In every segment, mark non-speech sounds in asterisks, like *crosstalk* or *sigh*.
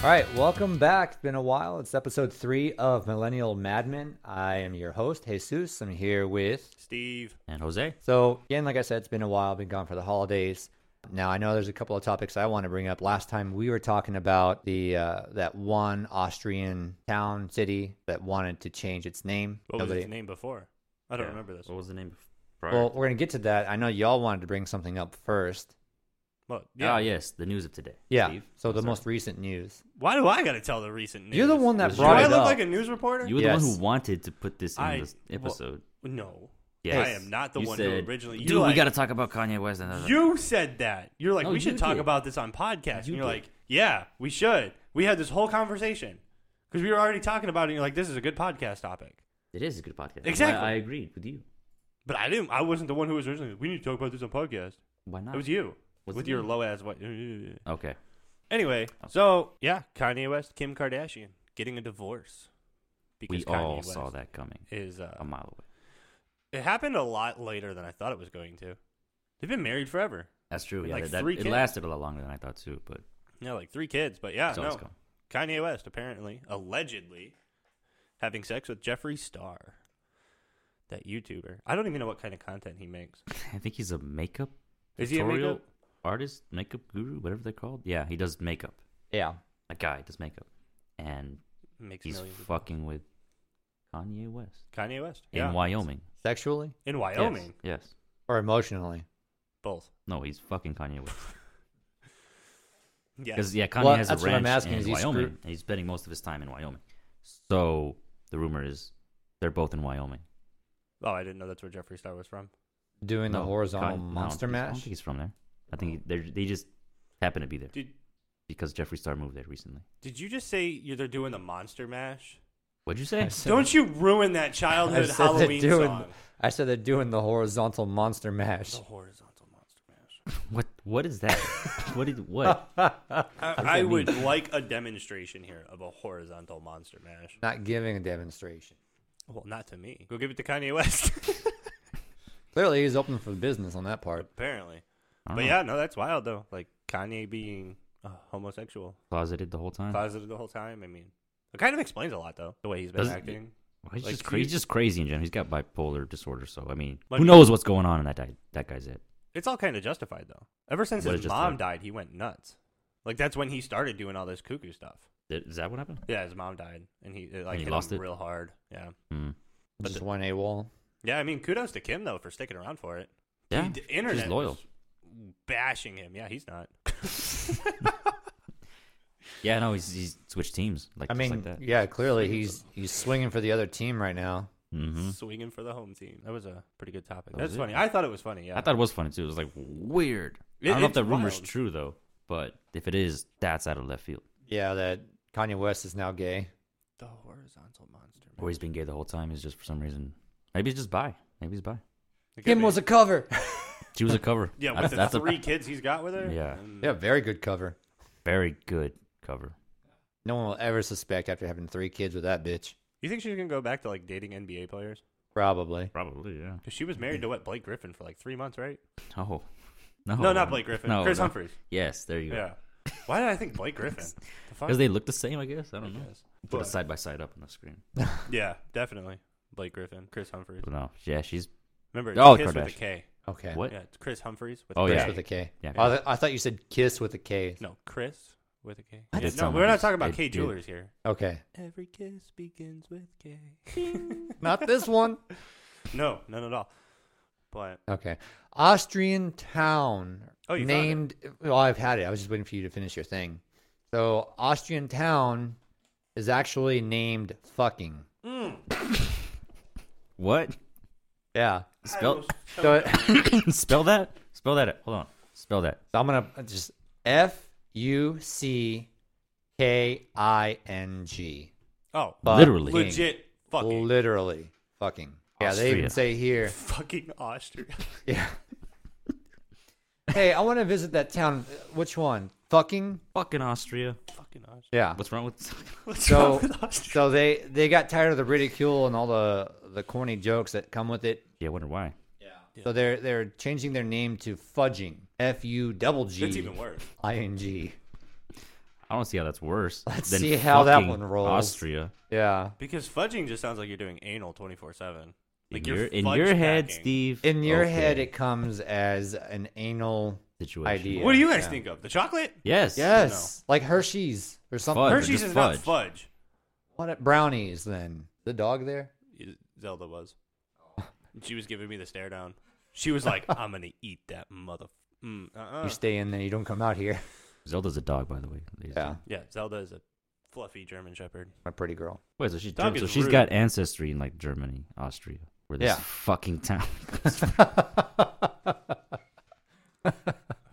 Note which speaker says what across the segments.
Speaker 1: All right, welcome back. It's been a while. It's episode three of Millennial Madmen. I am your host, Jesus. I'm here with.
Speaker 2: Steve.
Speaker 3: And Jose.
Speaker 1: So, again, like I said, it's been a while. been gone for the holidays. Now, I know there's a couple of topics I want to bring up. Last time we were talking about the uh, that one Austrian town, city that wanted to change its name.
Speaker 2: What was
Speaker 1: Nobody-
Speaker 2: his name before? I don't
Speaker 3: Yeah.
Speaker 2: remember this.
Speaker 3: What was the name bef- prior?
Speaker 1: Well, we're going to get to that. I know y'all wanted to bring something up first.
Speaker 2: Well, yeah.
Speaker 3: Ah, yeah. yes, the news of today.
Speaker 1: Yeah.
Speaker 3: Steve.
Speaker 1: So, the
Speaker 3: Sorry.
Speaker 1: most recent news.
Speaker 2: Why do I got to tell the recent news?
Speaker 1: You're the one that
Speaker 3: Was
Speaker 1: brought it
Speaker 2: Do I
Speaker 1: up.
Speaker 2: look like a news reporter?
Speaker 3: You were the one
Speaker 1: Yes.
Speaker 3: who wanted to put this in
Speaker 2: I-
Speaker 3: this
Speaker 2: well,
Speaker 3: episode.
Speaker 2: no.
Speaker 3: yes.
Speaker 2: I am not the
Speaker 3: You
Speaker 2: one
Speaker 3: said,
Speaker 2: who originally.
Speaker 3: Dude,
Speaker 2: you
Speaker 3: we
Speaker 2: like,
Speaker 3: got to talk about Kanye West. And
Speaker 2: You said that. You're like,
Speaker 3: No,
Speaker 2: we
Speaker 3: you
Speaker 2: should talk
Speaker 3: did.
Speaker 2: about this on podcast.
Speaker 3: You
Speaker 2: and you're
Speaker 3: did.
Speaker 2: like, yeah, we should. We had this whole conversation because we were already talking about it. And you're like, this is a good podcast topic.
Speaker 3: It is a good podcast.
Speaker 2: Exactly.
Speaker 3: I, I agreed with you.
Speaker 2: But I didn't. I wasn't the one who was originally. We need to talk about this on podcast.
Speaker 3: Why not?
Speaker 2: It was you
Speaker 3: Was
Speaker 2: with
Speaker 3: it
Speaker 2: your
Speaker 3: me?
Speaker 2: low ass. What? *laughs*
Speaker 3: Okay.
Speaker 2: Anyway, so yeah, Kanye West, Kim Kardashian getting a divorce
Speaker 3: We
Speaker 2: Kanye
Speaker 3: all
Speaker 2: West
Speaker 3: saw that Um, coming
Speaker 2: is uh,
Speaker 3: a mile away.
Speaker 2: It happened a lot later than I thought it was going to. They've been married forever.
Speaker 3: That's true.
Speaker 2: And
Speaker 3: Yeah,
Speaker 2: like
Speaker 3: that,
Speaker 2: three
Speaker 3: it
Speaker 2: kids.
Speaker 3: lasted a lot longer than I thought too. But
Speaker 2: Yeah, like three kids, but yeah,
Speaker 3: it's always
Speaker 2: no.
Speaker 3: coming.
Speaker 2: Kanye West apparently, allegedly, having sex with Jeffree Star, that YouTuber. I don't even know what kind of content he makes.
Speaker 3: *laughs* I think he's a makeup
Speaker 2: Is he a
Speaker 3: tutorial
Speaker 2: makeup?
Speaker 3: artist, makeup guru, whatever they're called. Yeah, he does makeup.
Speaker 1: Yeah.
Speaker 3: A guy does makeup, and
Speaker 2: Makes
Speaker 3: he's
Speaker 2: millions. of-
Speaker 3: fucking with Kanye West
Speaker 2: Kanye West
Speaker 3: in
Speaker 2: yeah.
Speaker 3: Wyoming.
Speaker 1: Sexually
Speaker 2: In
Speaker 3: Yes,
Speaker 2: Wyoming,
Speaker 3: yes.
Speaker 1: or emotionally?
Speaker 2: both.
Speaker 3: No, he's fucking Kanye West.
Speaker 2: Yeah,
Speaker 3: Because yeah, Kanye
Speaker 1: Well,
Speaker 3: has
Speaker 1: that's
Speaker 3: a
Speaker 1: what
Speaker 3: ranch
Speaker 1: I'm asking,
Speaker 3: in
Speaker 1: is he
Speaker 3: Wyoming.
Speaker 1: screwed?
Speaker 3: and he's spending most of his time in Wyoming. So the rumor is they're both in Wyoming.
Speaker 2: Oh, I didn't know that's where Jeffree Star was from.
Speaker 1: Doing the
Speaker 3: No,
Speaker 1: horizontal
Speaker 3: Kanye- no,
Speaker 1: monster
Speaker 3: he's- I don't
Speaker 1: mash?
Speaker 3: think he's from there. I think they they just happen to be there
Speaker 2: Did
Speaker 3: because Jeffree Star moved there recently.
Speaker 2: Did you just say you're, they're doing the Monster Mash?
Speaker 3: What'd you say?
Speaker 1: said-
Speaker 2: Don't you ruin that
Speaker 1: I
Speaker 2: childhood
Speaker 1: said they're
Speaker 2: Halloween
Speaker 1: doing-
Speaker 2: song?
Speaker 1: I said they're doing the horizontal monster mash.
Speaker 2: The horizontal Monster Mash.
Speaker 3: *laughs* what what is
Speaker 1: *laughs*
Speaker 3: that? what did what? does
Speaker 2: I, I
Speaker 3: that
Speaker 2: would like a demonstration here of a horizontal monster mash.
Speaker 1: Not giving a demonstration.
Speaker 2: Well, not to me. Go give it to Kanye West. *laughs*
Speaker 1: Clearly, he's open for business on that part.
Speaker 2: Apparently,
Speaker 3: I don't
Speaker 2: but
Speaker 3: know.
Speaker 2: yeah, no, that's wild though. Like Kanye being uh, homosexual,
Speaker 3: closeted the whole time.
Speaker 2: positive the whole time. I mean, it kind of explains a lot though. The way he's been
Speaker 3: Doesn't-
Speaker 2: acting.
Speaker 3: Well, he's
Speaker 2: like,
Speaker 3: just cra- he's just crazy in general. He's got bipolar disorder, so I mean,
Speaker 2: But-
Speaker 3: who knows what's going on in that guy, that guy's head?
Speaker 2: It's all kind of justified though. Ever since
Speaker 3: What
Speaker 2: his
Speaker 3: is
Speaker 2: mom
Speaker 3: justified?
Speaker 2: died, he went nuts. Like that's when he started doing all this cuckoo stuff.
Speaker 3: Th- Is that what happened?
Speaker 2: Yeah, his mom died, and he it, like
Speaker 3: he
Speaker 2: hit
Speaker 3: lost
Speaker 2: him
Speaker 3: it?
Speaker 2: real hard. Yeah,
Speaker 3: Mm.
Speaker 1: But just one a wall.
Speaker 2: yeah. I mean, kudos to Kim though for sticking around for it.
Speaker 3: Yeah,
Speaker 2: Dude, the internet
Speaker 3: She's loyal.
Speaker 2: was bashing him. Yeah, he's not.
Speaker 3: Yeah, no, he's, he's switched teams. Like
Speaker 1: I
Speaker 3: just
Speaker 1: mean,
Speaker 3: like that.
Speaker 1: yeah, clearly he's he's swinging for the other team right now.
Speaker 3: hmm
Speaker 2: swinging for the home team. That was a pretty good topic.
Speaker 3: That
Speaker 2: That's
Speaker 3: was it.
Speaker 2: funny. I thought it was funny. Yeah,
Speaker 3: I thought it was funny too. It was like weird.
Speaker 2: It-
Speaker 3: I don't know if
Speaker 2: it's
Speaker 3: that rumor's
Speaker 2: wild.
Speaker 3: true though, but if it is, that's out of left field.
Speaker 1: Yeah, that Kanye West is now gay.
Speaker 2: the horizontal monster.
Speaker 3: Or he's been gay the whole time. He's just for some reason. Maybe he's just bi. Maybe he's bi.
Speaker 1: Kim was a cover.
Speaker 3: *laughs* She was a cover.
Speaker 2: *laughs* yeah with
Speaker 3: that's,
Speaker 2: the
Speaker 3: that's
Speaker 2: three
Speaker 3: a
Speaker 2: kids he's got with her.
Speaker 3: Yeah.
Speaker 2: Mm.
Speaker 1: yeah, very good cover.
Speaker 3: very good cover.
Speaker 1: No one will ever suspect after having three kids with that bitch.
Speaker 2: You think she's gonna go back to like dating NBA players?
Speaker 1: Probably.
Speaker 3: Probably, yeah.
Speaker 2: Because she was married to what Blake Griffin for like three months, right?
Speaker 3: Oh. No,
Speaker 2: no, not Blake Griffin.
Speaker 3: Oh, No,
Speaker 2: Chris
Speaker 3: no.
Speaker 2: Humphries.
Speaker 3: Yes, there you go.
Speaker 2: Yeah. Why did I think Blake
Speaker 3: *laughs*
Speaker 2: Griffin? The fuck?
Speaker 3: Because they Mm-hmm. look the same, I guess. I don't know.
Speaker 2: Yes.
Speaker 3: Put
Speaker 2: But-
Speaker 3: it side by side up on the screen.
Speaker 2: yeah, definitely Blake Griffin, Chris Humphries.
Speaker 3: But no, yeah, she's
Speaker 2: Remember, it's
Speaker 3: Oh,
Speaker 2: Kiss with a
Speaker 3: Kardashian.
Speaker 2: K.
Speaker 1: Okay.
Speaker 3: what?
Speaker 2: Yeah, it's Chris Humphries with
Speaker 3: Oh,
Speaker 2: a
Speaker 1: Kiss
Speaker 3: yeah.
Speaker 2: K.
Speaker 1: with a K.
Speaker 3: Yeah.
Speaker 1: Oh, I, th- I thought you said kiss with a K.
Speaker 2: No, Chris with a K.
Speaker 3: I did
Speaker 2: no,
Speaker 3: sound
Speaker 2: we're
Speaker 3: like
Speaker 2: not
Speaker 3: this.
Speaker 2: talking about
Speaker 3: It
Speaker 2: K
Speaker 3: did.
Speaker 2: jewelers here.
Speaker 1: Okay.
Speaker 2: Every kiss begins with K.
Speaker 1: Not this one.
Speaker 2: *laughs* No, none at all. But
Speaker 1: Okay. Austrian town.
Speaker 2: Oh, you found it.
Speaker 1: named. Well, I've had it. I was just waiting for you to finish your thing. So, Austrian town is actually named fucking.
Speaker 3: What?
Speaker 1: Yeah.
Speaker 3: Spell
Speaker 1: So, *laughs* it,
Speaker 3: *laughs* spell that? Spell that out. Hold on. Spell that.
Speaker 1: so I'm going to just F U C K I N G.
Speaker 2: oh,
Speaker 1: Fuck.
Speaker 3: Literally.
Speaker 2: legit fucking
Speaker 1: Literally. Fucking. Yeah, they even
Speaker 3: Austria.
Speaker 1: say here.
Speaker 2: *laughs* fucking Austria. *laughs*
Speaker 1: Yeah. hey, I want to visit that town. Which one? Fucking?
Speaker 3: Fucking Austria.
Speaker 2: fucking Austria.
Speaker 1: Yeah.
Speaker 3: What's wrong with *laughs*
Speaker 2: What's
Speaker 1: So,
Speaker 2: wrong with Austria?
Speaker 1: so they they got tired of the ridicule and all the the corny jokes that come with it.
Speaker 3: Yeah, I wonder why.
Speaker 1: So they're they're changing their name to fudging. F U double
Speaker 2: It's
Speaker 1: G
Speaker 2: even worse.
Speaker 1: I N G.
Speaker 3: I don't see how that's worse.
Speaker 1: Let's
Speaker 3: than
Speaker 1: see how that
Speaker 3: fucking
Speaker 1: one rolls.
Speaker 3: Austria.
Speaker 1: Yeah.
Speaker 2: Because fudging just sounds like you're doing anal 24 7.
Speaker 3: In
Speaker 2: Like
Speaker 3: your,
Speaker 2: you're
Speaker 3: in
Speaker 2: fudge
Speaker 3: your head,
Speaker 2: packing.
Speaker 3: Steve.
Speaker 1: In your head,
Speaker 3: okay,
Speaker 1: it comes as an anal.
Speaker 3: situation.
Speaker 1: idea.
Speaker 2: What do you guys
Speaker 1: Yeah.
Speaker 2: think of? The chocolate?
Speaker 3: Yes.
Speaker 1: Yes, like Hershey's or something.
Speaker 3: Fudge.
Speaker 2: Hershey's
Speaker 3: just
Speaker 2: is not
Speaker 3: fudge.
Speaker 2: fudge.
Speaker 1: What at brownies then? The dog there?
Speaker 2: Zelda was. She was giving me the stare down. She was *laughs* like, I'm going to eat that mother. Mm, uh-uh.
Speaker 1: You stay in there. You don't come out
Speaker 3: *laughs*
Speaker 1: here.
Speaker 3: Zelda's a dog, by the way. Ladies and
Speaker 1: Yeah,
Speaker 3: gentlemen.
Speaker 2: yeah, Zelda is a fluffy German shepherd.
Speaker 1: my pretty girl.
Speaker 3: Wait, so she's
Speaker 2: Dog
Speaker 3: German, so
Speaker 2: is
Speaker 3: she's
Speaker 2: rude.
Speaker 3: got ancestry in like Germany, Austria, where this
Speaker 1: Yeah.
Speaker 3: fucking town. *laughs*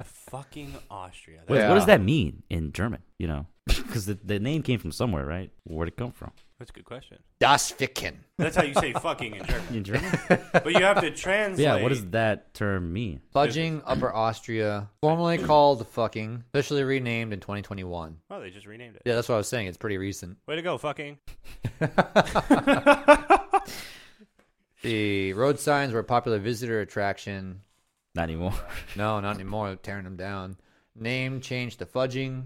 Speaker 2: Fucking Austria.
Speaker 3: What,
Speaker 1: Yeah.
Speaker 3: what does that mean in German? You know, *laughs* because the, the name came from somewhere, right? Where'd it come from?
Speaker 2: That's a good question.
Speaker 1: Das Ficken.
Speaker 2: That's how you say fucking in *laughs* German.
Speaker 3: In German?
Speaker 2: But you have to translate.
Speaker 3: yeah. What does that term mean?
Speaker 1: Fudging Upper Austria, formerly called fucking, officially renamed in 2021.
Speaker 2: Oh, they just renamed it.
Speaker 1: Yeah, that's what I was saying. It's pretty recent.
Speaker 2: Way to go, fucking.
Speaker 1: The road signs were a popular visitor attraction.
Speaker 3: Not anymore. *laughs*
Speaker 1: No, not anymore. They're tearing them down. Name changed to fudging,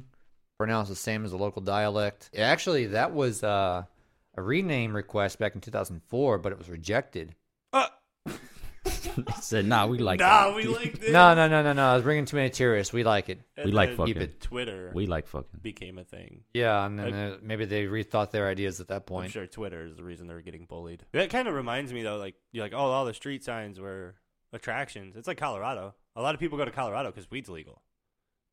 Speaker 1: pronounced the same as the local dialect. Actually, that was uh, a rename request back in 2004, but it was rejected.
Speaker 2: Uh,
Speaker 3: It said, "Nah, we like
Speaker 2: nah,
Speaker 3: that. *laughs*
Speaker 2: we like this.
Speaker 1: No, no, no, no, no. I was bringing too many tourists. We like it.
Speaker 2: And
Speaker 3: We like
Speaker 2: then
Speaker 3: fucking.
Speaker 1: Keep it.
Speaker 2: Twitter
Speaker 3: We like fucking."
Speaker 2: became a thing.
Speaker 1: Yeah, and then uh, maybe they rethought their ideas at that
Speaker 2: I'm
Speaker 1: point.
Speaker 2: sure Twitter is the reason they were getting bullied. That kind of reminds me though, like you're like, oh, all the street signs were attractions. It's like Colorado. A lot of people go to Colorado because weed's legal,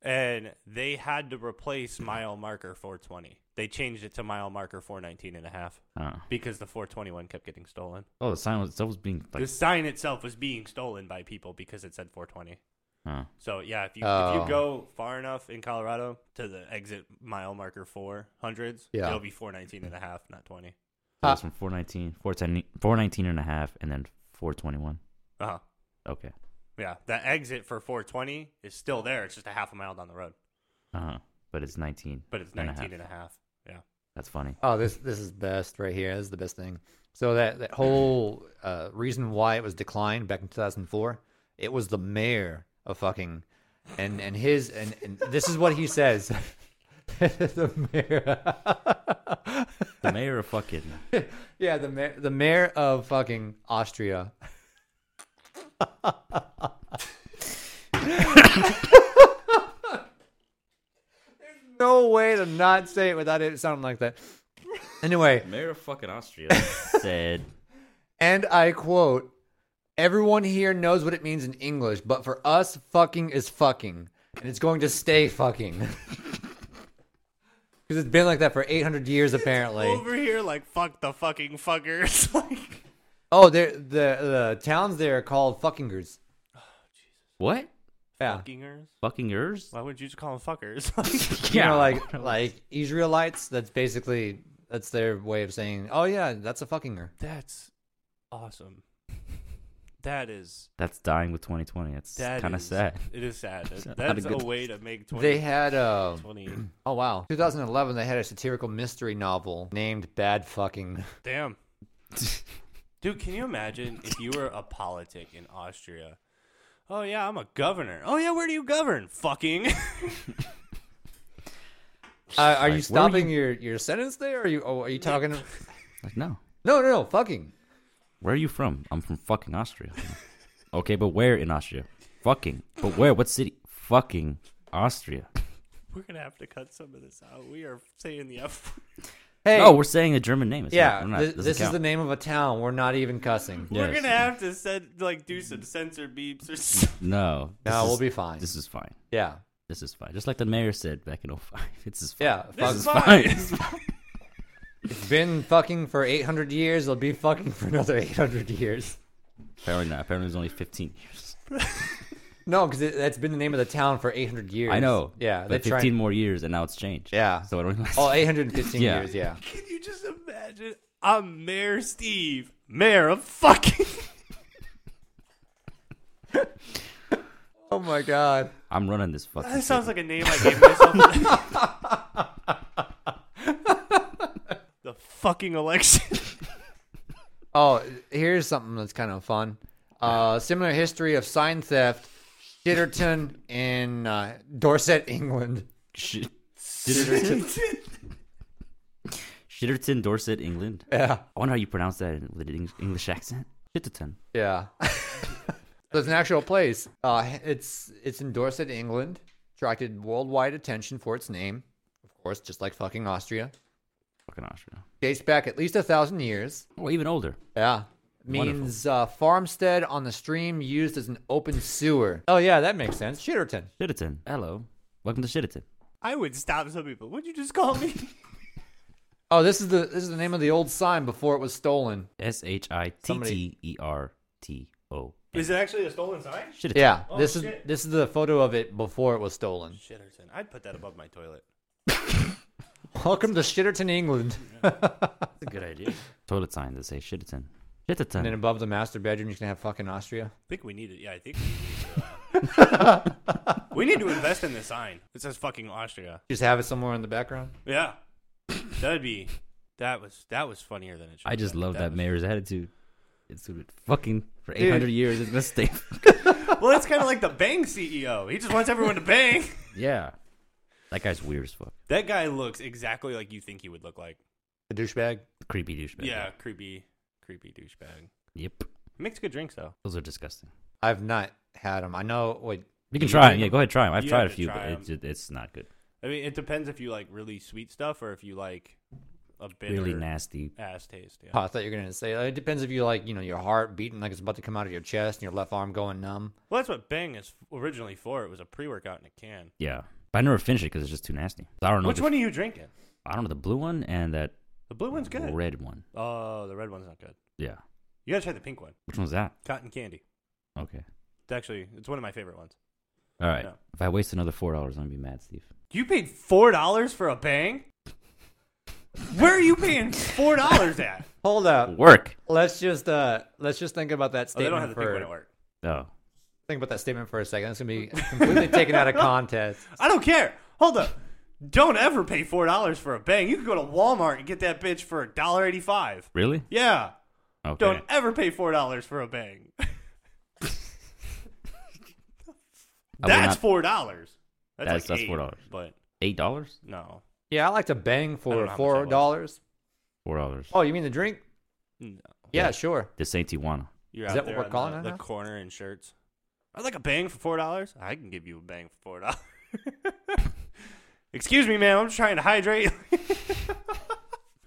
Speaker 2: and they had to replace mile marker 420. They changed it to mile marker 419 and a half
Speaker 3: Oh.
Speaker 2: because the 421 kept getting stolen.
Speaker 3: oh, the sign was that was being like.
Speaker 2: the sign itself was being stolen by people because it said 420.
Speaker 3: oh.
Speaker 2: So yeah, if you if
Speaker 1: Oh.
Speaker 2: you go far enough in Colorado to the exit mile marker 400s,
Speaker 1: Yeah.
Speaker 2: it'll be 419 and a half, not 20.
Speaker 3: So
Speaker 1: Ah.
Speaker 3: it's from 419, 410, 419 and a half, and then 421.
Speaker 2: Uh huh.
Speaker 3: Okay.
Speaker 2: Yeah, the exit for 420 is still there. It's just a half a mile down the road,
Speaker 3: Uh-huh. But it's 19.
Speaker 2: but it's
Speaker 3: and a
Speaker 2: 19
Speaker 3: half.
Speaker 2: and a half. Yeah.
Speaker 3: That's funny.
Speaker 1: Oh, this this is best right here. This is the best thing. So that that whole uh, reason why it was declined back in 2004, it was the mayor of fucking, and and his and, and this is what he says. *laughs* the mayor. *laughs*
Speaker 3: The mayor of fucking.
Speaker 1: yeah, the mayor, the mayor of fucking Austria. *laughs* There's no way to not say it without it sounding like that. Anyway,
Speaker 3: mayor of fucking Austria said,
Speaker 1: and I quote, everyone here knows what it means in English, but for us, fucking is fucking. And it's going to stay fucking. *laughs* Because it's been like that for 800 years, apparently.
Speaker 2: Over here, like fuck the fucking fuckers. *laughs* like
Speaker 1: Oh, they're, the, the towns there are called fuckingers.
Speaker 3: What?
Speaker 1: Yeah.
Speaker 2: fuckingers.
Speaker 3: Fucking yours?
Speaker 2: Why would you just call them fuckers? *laughs*
Speaker 3: *laughs*
Speaker 1: You know, like, like Israelites, that's basically, that's their way of saying, oh yeah, that's a fuckinger.
Speaker 2: That's awesome. That is
Speaker 3: That's dying with 2020. That's
Speaker 2: that
Speaker 3: kind of
Speaker 2: is-
Speaker 3: sad.
Speaker 2: It is
Speaker 3: *laughs*
Speaker 2: sad.
Speaker 3: It's not
Speaker 2: That's
Speaker 3: a
Speaker 2: a,
Speaker 3: good-
Speaker 2: way to make 20,
Speaker 1: They had, uh,
Speaker 3: *clears throat*
Speaker 2: 20
Speaker 1: oh wow, 2011, they had a satirical mystery novel named Bad Fucking.
Speaker 3: *laughs*
Speaker 2: Damn. Dude, can you imagine if you were a politic in Austria? Oh yeah, I'm a governor. Oh yeah, where do you govern? Fucking. *laughs*
Speaker 1: Uh, are
Speaker 3: Like,
Speaker 1: you
Speaker 3: where are
Speaker 1: stopping your, your sentence there? Are you oh, are you talking? no,
Speaker 3: Like, no.
Speaker 1: no, no, fucking.
Speaker 3: Where are you from? I'm from fucking Austria. *laughs* okay, but where in Austria? Fucking. But where? What city? Fucking Austria.
Speaker 2: We're gonna have to cut some of this out. We are saying the F. *laughs*
Speaker 1: Hey,
Speaker 3: No, we're saying a German name. It's
Speaker 1: yeah,
Speaker 3: not- we're not-
Speaker 1: thi-
Speaker 3: doesn't
Speaker 1: this is
Speaker 3: count.
Speaker 1: the name of a town. We're not even cussing.
Speaker 2: We're
Speaker 3: Yes.
Speaker 2: gonna have to send like do some censor beeps or something.
Speaker 3: No. this
Speaker 1: No,
Speaker 3: is-
Speaker 1: we'll be fine.
Speaker 3: This is fine.
Speaker 1: yeah,
Speaker 3: This is fine. Just like the mayor said back in 05. *laughs* This is fine.
Speaker 1: yeah.
Speaker 2: This
Speaker 1: fuck-
Speaker 2: is
Speaker 3: fine.
Speaker 2: fine. *laughs*
Speaker 3: It's fine.
Speaker 1: it's been fucking for 800 years. It'll be fucking for another 800 years.
Speaker 3: Apparently not. Apparently it's only 15 years.
Speaker 1: No, because that's been the name of the town for 800 years.
Speaker 3: I know.
Speaker 1: Yeah,
Speaker 3: But
Speaker 1: that's
Speaker 3: 15
Speaker 1: right.
Speaker 3: more years and now it's changed.
Speaker 1: Yeah.
Speaker 3: So it only lasts.
Speaker 1: Oh, 815
Speaker 3: Yeah.
Speaker 1: years. Yeah.
Speaker 2: Can you just imagine? I'm Mayor Steve, Mayor of fucking.
Speaker 1: Oh my god.
Speaker 3: *laughs* I'm running this fucking.
Speaker 1: uh,
Speaker 2: That
Speaker 3: shit.
Speaker 2: sounds like a name I gave *laughs* myself. the fucking election.
Speaker 1: Oh, here's something that's kind of fun. Uh, similar history of sign theft, Shitterton in uh, Dorset, *laughs* England.
Speaker 3: Shit.
Speaker 1: *laughs*
Speaker 3: Shitterton. *laughs* Shitterton, Dorset, England.
Speaker 1: Yeah.
Speaker 3: I wonder how you pronounce that in with an Eng- English accent. Shitterton.
Speaker 1: *laughs* Yeah. There's an actual place. Uh, it's it's in Dorset, England. Attracted worldwide attention for its name, of course, just like fucking Austria.
Speaker 3: Fucking Austria.
Speaker 1: Dates back at least a thousand years.
Speaker 3: Or even older.
Speaker 1: Yeah.
Speaker 3: Wonderful.
Speaker 1: Means uh, farmstead on the stream used as an open sewer. Oh yeah, that makes sense. Shitterton.
Speaker 3: Shitterton. Hello. Welcome to Shitterton.
Speaker 2: I would stop some people. What'd you just call me?
Speaker 1: Oh, this is the this is the name of the old sign before it was stolen.
Speaker 3: S H I T T E R T O.
Speaker 2: Is it actually a stolen sign?
Speaker 3: Shitterton.
Speaker 1: Yeah,
Speaker 2: Oh,
Speaker 1: this is
Speaker 2: shit.
Speaker 1: this is the photo of it before it was stolen.
Speaker 2: Shitterton. I'd put that above my toilet.
Speaker 1: Welcome to Shitterton, England.
Speaker 3: That's a good idea. Toilet sign that say Shitterton. Shitterton.
Speaker 1: And then above the master bedroom, you can have fucking Austria.
Speaker 2: I think we need it. Yeah, I think uh, we need to invest in this sign. It says fucking Austria.
Speaker 1: Just have it somewhere in the background.
Speaker 2: Yeah, that'd be. That was that was funnier than it. Should
Speaker 3: I
Speaker 2: have
Speaker 3: just
Speaker 2: been.
Speaker 3: love that,
Speaker 2: was-
Speaker 3: mayor's attitude. It's been fucking for 800 years. It's
Speaker 2: *laughs*
Speaker 3: gonna stay.
Speaker 2: Well, it's kind of like the Bang CEO. He just wants everyone to bang.
Speaker 3: yeah, that guy's weird as fuck.
Speaker 2: That guy looks exactly like you think he would look like.
Speaker 1: The douchebag.
Speaker 3: Creepy douchebag.
Speaker 2: Yeah, creepy, creepy douchebag.
Speaker 3: Yep.
Speaker 2: Makes good drinks though.
Speaker 3: Those are disgusting.
Speaker 1: I've not had them. I know. Wait,
Speaker 3: You
Speaker 1: You
Speaker 3: can try
Speaker 1: think-
Speaker 3: 'em. Yeah, go ahead, try 'em. I've
Speaker 2: You
Speaker 3: tried
Speaker 2: have
Speaker 3: a
Speaker 2: to
Speaker 3: few,
Speaker 2: try
Speaker 3: but
Speaker 2: 'em.
Speaker 3: it's, it, it's not good.
Speaker 2: I mean, it depends if you like really sweet stuff or if you like a bitter
Speaker 3: Really nasty.
Speaker 2: ass taste. Yeah.
Speaker 1: oh, I thought you were gonna say. It depends if you like, you know, your heart beating like it's about to come out of your chest and your left arm going numb.
Speaker 2: Well, that's what Bang is originally for. It was a pre-workout in a can.
Speaker 3: Yeah, but I never finished it because it's just too nasty. I don't know.
Speaker 2: Which
Speaker 3: the-
Speaker 2: one are you drinking?
Speaker 3: I don't know the blue one and that
Speaker 2: The blue one's good.
Speaker 3: red one.
Speaker 2: Oh, the red one's not good.
Speaker 3: Yeah.
Speaker 2: You gotta try the pink one,
Speaker 3: Which one's that?
Speaker 2: cotton candy.
Speaker 3: Okay.
Speaker 2: It's actually it's one of my favorite ones.
Speaker 3: All right.
Speaker 2: Yeah.
Speaker 3: If I waste another four dollars, I'm gonna be mad, Steve.
Speaker 2: You paid four dollars for a
Speaker 3: *laughs*
Speaker 2: Bang. Where are you paying four dollars at? Oh,
Speaker 1: Hold up.
Speaker 3: Work.
Speaker 1: Let's just uh let's just think about that
Speaker 2: Oh, they
Speaker 1: statement
Speaker 2: don't have the pink
Speaker 1: for
Speaker 2: one at work.
Speaker 3: Oh,
Speaker 1: think about that statement for a second. That's gonna be completely taken out of
Speaker 2: *laughs*
Speaker 1: context.
Speaker 2: I don't care. Hold up. Don't ever pay four dollars for a Bang. You can go to Walmart and get that bitch for a dollar eighty-five.
Speaker 3: really?
Speaker 2: Yeah.
Speaker 3: Okay.
Speaker 2: Don't ever pay four dollars for a Bang. *laughs*
Speaker 3: I will
Speaker 2: That's
Speaker 3: not-
Speaker 2: four dollars. That's
Speaker 3: That's-
Speaker 2: like eight,
Speaker 3: that's $4.
Speaker 2: But
Speaker 3: Eight dollars?
Speaker 2: no,
Speaker 1: Yeah, I like to bang
Speaker 2: I don't
Speaker 1: for
Speaker 2: know how much that
Speaker 1: four
Speaker 2: was.
Speaker 1: dollars.
Speaker 3: Four dollars.
Speaker 1: Oh, you mean the drink?
Speaker 2: no.
Speaker 1: Yeah,
Speaker 3: Yeah.
Speaker 1: sure.
Speaker 3: This ain't Tijuana.
Speaker 2: You're
Speaker 1: Is
Speaker 2: out
Speaker 1: that what
Speaker 2: there
Speaker 1: we're
Speaker 2: on
Speaker 1: calling
Speaker 2: the,
Speaker 1: it
Speaker 2: the
Speaker 1: now?
Speaker 2: corner in shirts. I'd like a bang for four dollars. I can give you a bang for four dollars. *laughs* Excuse me, ma'am. I'm just trying to hydrate.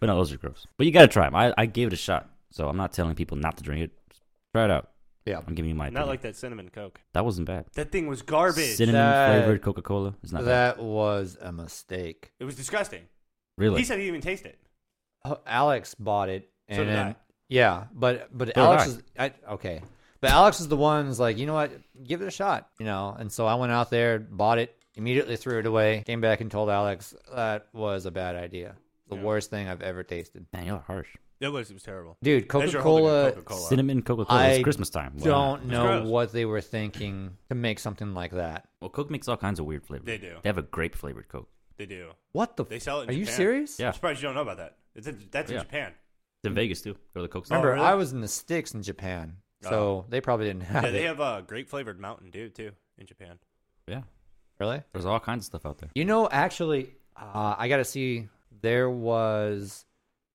Speaker 3: But no, those are gross. But you gotta try them. I, I gave it a shot, so I'm not telling people not to drink it. Just try it out.
Speaker 1: Yeah.
Speaker 3: I'm giving you my
Speaker 2: *laughs*
Speaker 3: opinion.
Speaker 2: Not like that cinnamon coke.
Speaker 3: that wasn't bad.
Speaker 2: That thing was garbage.
Speaker 3: Cinnamon
Speaker 1: That-
Speaker 3: flavored Coca Cola is not bad.
Speaker 1: That was a mistake.
Speaker 2: it was disgusting.
Speaker 3: Really?
Speaker 2: He said he didn't even taste it.
Speaker 1: Oh, Alex bought it, and
Speaker 2: So did
Speaker 1: then-
Speaker 2: I.
Speaker 1: yeah, but but
Speaker 3: So
Speaker 1: Alex is
Speaker 3: did
Speaker 1: I, okay. But Alex is the one's like, you know what, give it a shot, you know. And so I went out there, bought it, immediately threw it away, came back and told Alex that was a bad idea, the
Speaker 2: Yeah.
Speaker 1: worst thing I've ever tasted,
Speaker 3: Man, y'all are harsh.
Speaker 2: It was. It was terrible.
Speaker 1: dude.
Speaker 2: As
Speaker 1: Coca
Speaker 2: you're holding a
Speaker 1: Cola.
Speaker 2: Coca-Cola.
Speaker 3: Cinnamon Coca Cola.
Speaker 1: I
Speaker 3: It's Christmas time. Why not?
Speaker 1: Don't know
Speaker 2: gross.
Speaker 1: what they were thinking to make something like that.
Speaker 3: Well, Coke makes all kinds of weird flavors.
Speaker 2: They do.
Speaker 3: They have a grape flavored Coke.
Speaker 2: They do.
Speaker 1: What the?
Speaker 2: They
Speaker 1: f-
Speaker 2: sell it in
Speaker 1: Are you
Speaker 2: Japan.
Speaker 1: serious?
Speaker 3: Yeah.
Speaker 2: I'm surprised you don't know about that. It's in, that's
Speaker 3: Yeah.
Speaker 2: in Japan.
Speaker 3: It's in Vegas too. Go to the Coke store.
Speaker 1: Mm. Remember,
Speaker 2: Oh, really? Oh.
Speaker 1: I was in the sticks in Japan, so they probably didn't have
Speaker 2: Yeah, they
Speaker 1: it.
Speaker 2: have a uh, grape flavored Mountain Dew too in Japan.
Speaker 3: Yeah.
Speaker 1: really?
Speaker 3: There's all kinds of stuff out there.
Speaker 1: You know, actually, uh, I got to see. There was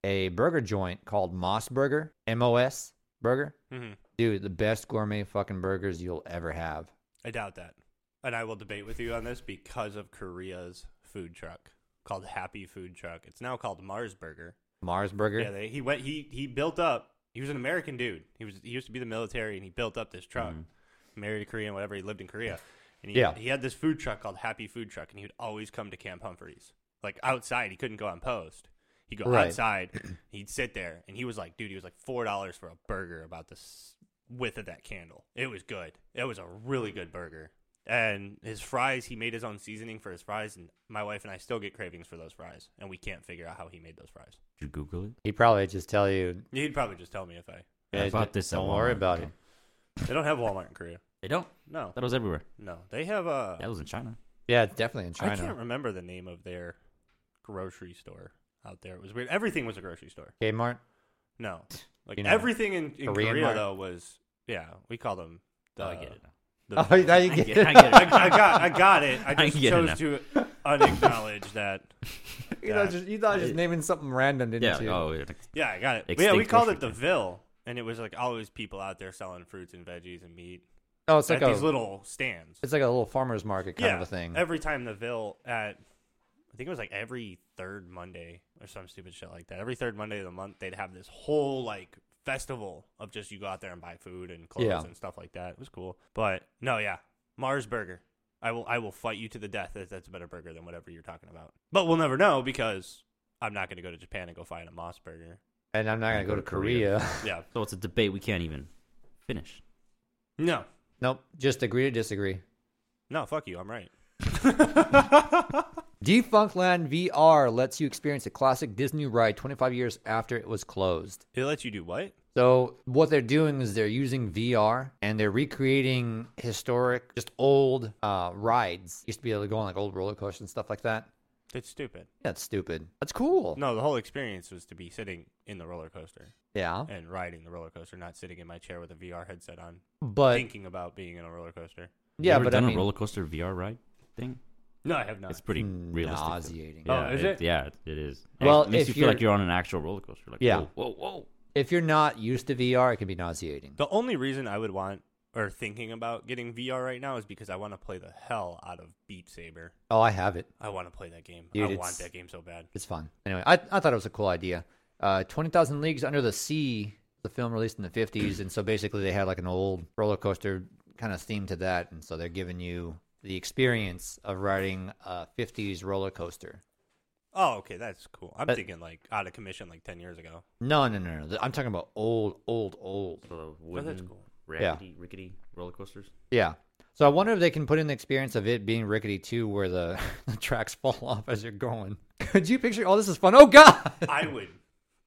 Speaker 1: a burger joint called Moss Burger, M O S Burger.
Speaker 2: hmm
Speaker 1: Dude, the best gourmet fucking burgers you'll ever have.
Speaker 2: I doubt that. And I will debate with you on this because of Korea's food truck called Happy Food Truck. It's now called Mars Burger.
Speaker 1: Mars Burger.
Speaker 2: Yeah, they, he went. He he built up. He was an American dude. He was he used to be the military, and he built up this truck. Married a Korean, whatever. He lived in Korea, and he,
Speaker 1: Mm-hmm. Yeah.
Speaker 2: he had this food truck called Happy Food Truck, and he would always come to Camp Humphreys. Like outside, he couldn't go on post. He'd go
Speaker 1: Right.
Speaker 2: outside.
Speaker 1: *clears throat*
Speaker 2: He'd sit there, and he was like, dude, he was like four dollars for a burger about this width of that candle. It was good. It was a really good burger. And his fries, he made his own seasoning for his fries, and my wife and I still get cravings for those fries, and we can't figure out how he made those fries.
Speaker 3: Did you Google it?
Speaker 1: He probably just tell you.
Speaker 2: He'd probably just tell me if I.
Speaker 3: I
Speaker 1: "Guys,
Speaker 3: bought this at
Speaker 1: Don't worry
Speaker 3: Walmart,
Speaker 1: about
Speaker 3: so-
Speaker 1: it.
Speaker 2: They don't have Walmart in Korea.
Speaker 3: They don't.
Speaker 2: No,
Speaker 3: That was everywhere.
Speaker 2: no, they have uh,
Speaker 3: That was in China.
Speaker 1: Yeah, it's definitely in
Speaker 2: I can't
Speaker 1: China.
Speaker 2: remember the name of their grocery store out there. It was weird. Everything was a grocery store.
Speaker 1: Kmart.
Speaker 3: *laughs*
Speaker 2: No, like
Speaker 1: You know,
Speaker 2: everything in, in
Speaker 1: Korean
Speaker 2: Korea
Speaker 1: mart.
Speaker 2: though was yeah. We call them. The,
Speaker 3: oh, I get it. now.
Speaker 1: *laughs*
Speaker 2: the-
Speaker 1: Oh, now you
Speaker 3: I
Speaker 1: get
Speaker 3: get,
Speaker 1: *laughs*
Speaker 3: I
Speaker 1: it.
Speaker 2: *laughs*
Speaker 3: get
Speaker 2: I,
Speaker 3: it.
Speaker 2: I got I got it. I
Speaker 3: *laughs* I
Speaker 2: just
Speaker 3: get it
Speaker 1: *laughs*
Speaker 2: chose
Speaker 3: now.
Speaker 2: to unacknowledge that.
Speaker 1: *laughs* You know, just, you thought just naming something random, didn't
Speaker 3: Yeah.
Speaker 1: you?
Speaker 3: Oh, yeah.
Speaker 2: Yeah, I got it. But yeah, we
Speaker 3: Extinct
Speaker 2: called
Speaker 3: bush
Speaker 2: it the
Speaker 3: right
Speaker 2: Ville, and it was like always people out there selling fruits and veggies and meat
Speaker 1: Oh, it's
Speaker 2: at
Speaker 1: like a
Speaker 2: these little stands.
Speaker 1: it's like a little farmer's market kind
Speaker 2: yeah,
Speaker 1: of a thing.
Speaker 2: Every time the Ville at, I think it was like every third Monday or some stupid shit like that. Every third Monday of the month, they'd have this whole like festival of just you go out there and buy food and clothes
Speaker 1: Yeah.
Speaker 2: and stuff like that. It was cool. But no, yeah, Mars Burger. I will I will fight you to the death that that's a better burger than whatever you're talking about. But we'll never know because I'm not going to go to Japan and go find a Moss Burger.
Speaker 1: and I'm not gonna go to Korea. *laughs*
Speaker 2: Yeah.
Speaker 3: So it's a debate we can't even finish.
Speaker 2: No.
Speaker 1: nope. Just agree to disagree.
Speaker 2: No, fuck you. I'm right.
Speaker 1: Defunctland VR lets you experience a classic Disney ride 25 years after it was closed.
Speaker 2: It lets you do what?
Speaker 1: So what they're doing is they're using VR and they're recreating historic, just old uh, rides. Used to be able to go on like old roller coasters and stuff like that.
Speaker 2: It's stupid.
Speaker 1: That's stupid. That's cool.
Speaker 2: No, the whole experience was to be sitting in the roller coaster
Speaker 1: *laughs* Yeah,
Speaker 2: and riding the roller coaster, not sitting in my chair with a VR headset on,
Speaker 1: but
Speaker 2: thinking about being in a roller coaster.
Speaker 3: You
Speaker 1: yeah,
Speaker 3: ever
Speaker 1: but I
Speaker 3: done
Speaker 1: mean,
Speaker 3: a roller coaster VR ride thing.
Speaker 2: No, I have not.
Speaker 3: It's pretty realistic. though.
Speaker 1: nauseating.
Speaker 3: Hmm, Yeah,
Speaker 2: Oh, is it?
Speaker 3: Yeah, it is.
Speaker 1: Well,
Speaker 3: it makes
Speaker 1: if
Speaker 3: you feel like
Speaker 1: you're-
Speaker 3: you're on an actual roller coaster. Like,
Speaker 1: Yeah.
Speaker 3: Whoa, whoa, whoa.
Speaker 1: if you're not used to VR, it can be nauseating.
Speaker 2: The only reason I would want or thinking about getting VR right now is because I want to play the hell out of Beat Saber.
Speaker 1: Oh, I have it.
Speaker 2: I want to play that game.
Speaker 1: Dude,
Speaker 2: I
Speaker 1: it's-
Speaker 2: want that game so bad.
Speaker 1: It's fun. Anyway, I, I thought it was a cool idea. Uh, 20,000 Leagues Under the Sea, the film released in the 50s. And so basically, they had like an old roller coaster kind of theme to that. And so they're giving you the experience of riding a 50s roller coaster.
Speaker 2: Oh, okay, that's cool. I'm
Speaker 1: But-
Speaker 2: thinking like out of commission like ten years ago.
Speaker 1: No, no, no, no. I'm talking about old, old, old.
Speaker 3: So
Speaker 2: Oh, that's
Speaker 3: wooden,
Speaker 2: cool.
Speaker 3: rickety, rickety roller coasters.
Speaker 1: Yeah. So I wonder if they can put in the experience of it being rickety too, where the, *laughs* the tracks fall off as you're going. Could you picture? Oh, this is fun. Oh, God. *laughs*
Speaker 2: I would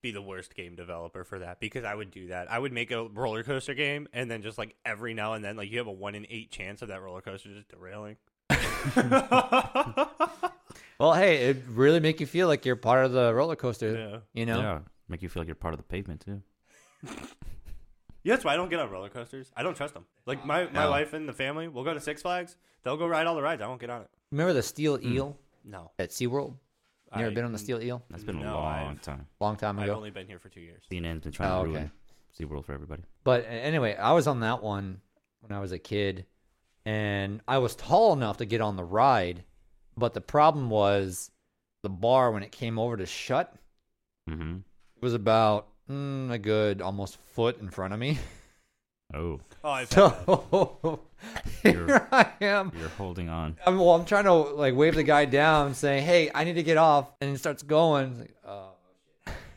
Speaker 2: be the worst game developer for that because I would do that. I would make a roller coaster game and then just like every now and then, like you have a one in eight chance of that roller coaster just derailing.
Speaker 1: Well, hey, it really make you feel like you're part of the roller coaster.
Speaker 2: Yeah.
Speaker 1: You know?
Speaker 3: Yeah, make you feel like you're part of the pavement too.
Speaker 2: Yeah, that's why I don't get on roller coasters. I don't trust them. Like my, my
Speaker 1: No.
Speaker 2: wife and the family, we'll go to Six Flags. They'll go ride all the rides. I won't get on it.
Speaker 1: Remember the steel eel
Speaker 2: No,
Speaker 1: at SeaWorld? You ever
Speaker 2: Hmm. I-
Speaker 1: been on the steel eel?
Speaker 3: That's been a
Speaker 2: No,
Speaker 3: long
Speaker 2: I've-
Speaker 3: time.
Speaker 1: Long time
Speaker 2: I've
Speaker 1: ago.
Speaker 2: only been here for
Speaker 1: *laughs*
Speaker 2: two years.
Speaker 3: CNN's been trying
Speaker 1: Oh,
Speaker 3: to
Speaker 1: okay.
Speaker 3: ruin SeaWorld for everybody.
Speaker 1: But a- anyway, I was on that one when I was a kid, and I was tall enough to get on the ride, but the problem was the bar when it came over to shut
Speaker 3: Mm-hmm.
Speaker 1: was about mm, a good almost foot in front of me. *laughs*
Speaker 3: Oh,
Speaker 2: Oh, I've had that.
Speaker 1: So *laughs* here I am.
Speaker 3: you're holding on.
Speaker 1: I'm well. I'm trying to like wave the guy down, saying, "Hey, I need to get off," and he starts going. It's like, oh.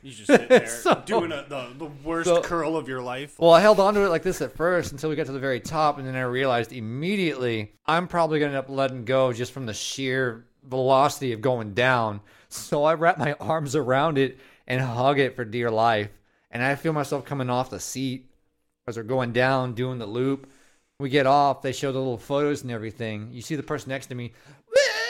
Speaker 2: you just sit
Speaker 1: *laughs*
Speaker 2: there
Speaker 1: So-
Speaker 2: doing a, the, the worst
Speaker 1: So-
Speaker 2: curl of your life. Oh,
Speaker 1: Well, I held on to it like this at first until we got to the very top, and then I realized immediately I'm probably going to end up letting go just from the sheer velocity of going down. So I wrap my arms around it and hug it for dear life. And I feel myself coming off the seat as we're going down, doing the loop. We get off, they show the little photos and everything. You see the person next to me,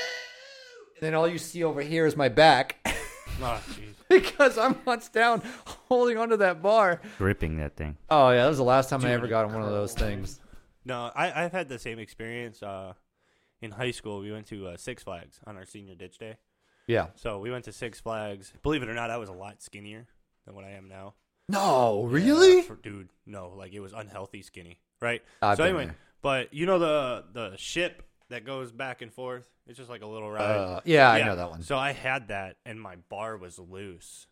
Speaker 1: "Woo!" and then all you see over here is my back *laughs*
Speaker 2: Oh, jeez.
Speaker 1: because I'm hunched down holding onto that bar.
Speaker 3: Gripping that thing.
Speaker 1: Oh yeah, that was the last time I ever got on one of those things.
Speaker 2: No, I, I've had the same experience. Uh, in high school, we went to uh, Six Flags on our senior ditch day.
Speaker 1: Yeah.
Speaker 2: So we went to Six Flags. Believe it or not, I was a lot skinnier than what I am now.
Speaker 1: No,
Speaker 2: Uh, for- dude, no, like it was unhealthy skinny, right?
Speaker 1: I've
Speaker 2: so
Speaker 1: been
Speaker 2: anyway,
Speaker 1: there.
Speaker 2: but you know the the ship that goes back and forth. It's just like a little ride.
Speaker 1: Uh, yeah, I know that one.
Speaker 2: So I had that, and my bar was loose,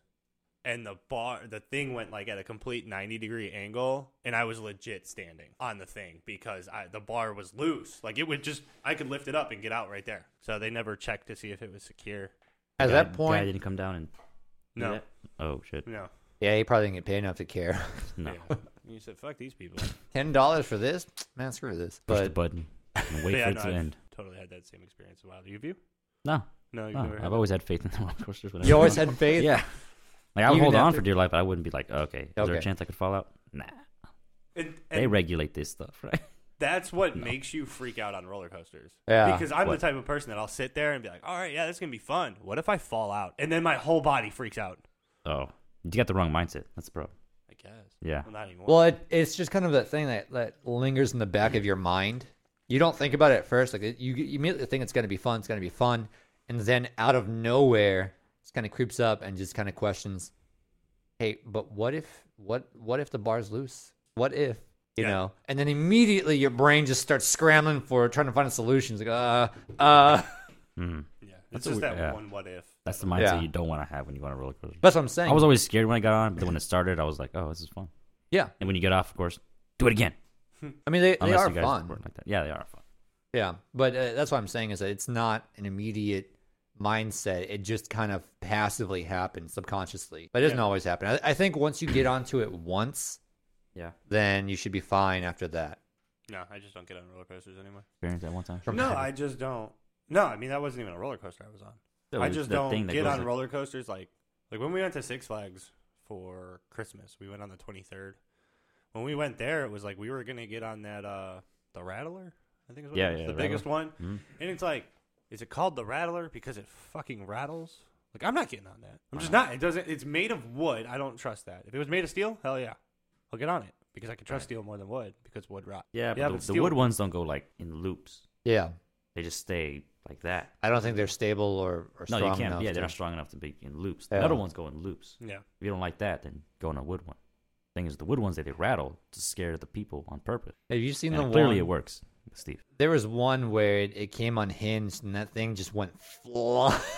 Speaker 2: and the bar, the thing went like at a complete ninety degree angle, and I was legit standing on the thing because I the bar was loose. Like it would just, I could lift it up and get out right there. So they never checked to see if it was secure.
Speaker 1: At
Speaker 3: Guy-
Speaker 1: that
Speaker 3: guy
Speaker 1: point,
Speaker 3: didn't come down and. do
Speaker 2: No,
Speaker 3: that? Oh shit.
Speaker 2: no,
Speaker 1: yeah, he probably didn't get paid enough to care. *laughs*
Speaker 3: No.
Speaker 2: Yeah. You said fuck these people.
Speaker 1: Ten dollars for this? Man, screw this.
Speaker 3: Push the
Speaker 1: But
Speaker 3: button and
Speaker 2: But *laughs*
Speaker 3: wait
Speaker 2: yeah,
Speaker 3: for it
Speaker 2: no,
Speaker 3: to
Speaker 2: I've
Speaker 3: end.
Speaker 2: Totally had that same experience. Wow, you have you?
Speaker 3: No,
Speaker 2: No, you've
Speaker 3: no,
Speaker 2: never. had
Speaker 3: I've
Speaker 2: that?
Speaker 3: always had faith in the *laughs* roller coasters. when I
Speaker 1: you
Speaker 3: was
Speaker 1: always
Speaker 3: young.
Speaker 1: had faith.
Speaker 3: *laughs* Yeah. Like I would
Speaker 1: Even
Speaker 3: hold on
Speaker 1: after-
Speaker 3: for dear life, but I wouldn't be like, okay, is there
Speaker 1: Okay.
Speaker 3: a chance I could fall out? Nah.
Speaker 2: And,
Speaker 3: They
Speaker 2: and
Speaker 3: regulate this stuff, *laughs* right?
Speaker 2: that's what makes you freak out on roller coasters.
Speaker 1: Yeah.
Speaker 2: Because I'm
Speaker 3: What?
Speaker 2: the type of person that I'll sit there and be like, all right, yeah, this is going to be fun. What if I fall out? And then my whole body freaks out.
Speaker 3: Oh, you got the wrong mindset. That's the problem.
Speaker 2: I guess.
Speaker 3: Yeah.
Speaker 2: Well, not anymore.
Speaker 1: Well, it, it's just kind of that thing that, that lingers in the back of your mind. You don't think about it at first. Like it- you, you immediately think it's going to be fun. It's going to be fun, And then out of nowhere, just kind of creeps up and just kind of questions, "Hey, but what if what what if the bar's loose? What if you
Speaker 2: Yeah.
Speaker 1: know?" And then immediately your brain just starts scrambling for trying to find a solution. It's like, uh, uh. *laughs*
Speaker 3: Mm.
Speaker 2: Yeah, it's
Speaker 3: That's a
Speaker 2: just that
Speaker 3: weird- yeah.
Speaker 2: one what if.
Speaker 3: That's the mindset
Speaker 1: Yeah.
Speaker 3: you don't want to have when you go on a roller coaster.
Speaker 1: That's what I'm saying.
Speaker 3: I was always scared when I got on, but then when it started, I was like, "Oh, this is fun."
Speaker 1: yeah.
Speaker 3: And when you get off, of course, do it again.
Speaker 1: I mean, they, they
Speaker 3: Unless
Speaker 1: are
Speaker 3: you guys
Speaker 1: fun.
Speaker 3: weren't like that. Yeah, they are fun.
Speaker 1: Yeah, but uh, that's what I'm saying is that it's not an immediate mindset. It just kind of passively happens subconsciously. But it doesn't
Speaker 2: Yeah.
Speaker 1: always happen. I, I think once you get onto it once,
Speaker 3: Yeah,
Speaker 1: then you should be fine after that.
Speaker 2: No, I just don't get on roller coasters anymore.
Speaker 3: experienced that one time.
Speaker 1: From
Speaker 2: no,
Speaker 1: having-
Speaker 2: I just don't. No, I mean that wasn't even a roller coaster I was on.
Speaker 3: That
Speaker 2: I
Speaker 3: was
Speaker 2: just
Speaker 3: the
Speaker 2: don't
Speaker 3: thing that
Speaker 2: get
Speaker 3: goes
Speaker 2: on
Speaker 3: like-
Speaker 2: roller coasters like like when we went to Six Flags for Christmas. We went on the 23rd. When we went there, it was like we were gonna get on that uh the Rattler. I think is what
Speaker 3: Yeah,
Speaker 2: it was,
Speaker 3: yeah,
Speaker 2: the,
Speaker 3: the
Speaker 2: biggest one.
Speaker 3: Mhm.
Speaker 2: And it's like, is it called the Rattler because it fucking rattles? Like I'm not getting on that. I'm just not. It doesn't. It's made of wood. I don't trust that. If it was made of steel, hell yeah, I'll get on it because I can trust steel more than wood because wood rot.
Speaker 3: Yeah, but,
Speaker 2: yeah,
Speaker 3: the,
Speaker 2: but
Speaker 3: the
Speaker 2: steel-
Speaker 3: wood ones don't go like in loops.
Speaker 1: Yeah,
Speaker 3: They just stay like that.
Speaker 1: I don't think they're stable or, or
Speaker 3: No,
Speaker 1: strong
Speaker 3: you can't.
Speaker 1: enough.
Speaker 3: Yeah,
Speaker 1: to-
Speaker 3: they're not strong enough to be in loops.
Speaker 1: Yeah.
Speaker 3: The other ones go in loops.
Speaker 2: Yeah.
Speaker 3: If you don't like that, then go on a wood one. Thing is, the wood ones that they rattle to scare the people on purpose.
Speaker 1: Have you seen
Speaker 3: And
Speaker 1: the
Speaker 3: clearly,
Speaker 1: one?
Speaker 3: it works, Steve.
Speaker 1: There was one where it, it came unhinged and that thing just went flying.
Speaker 3: *laughs*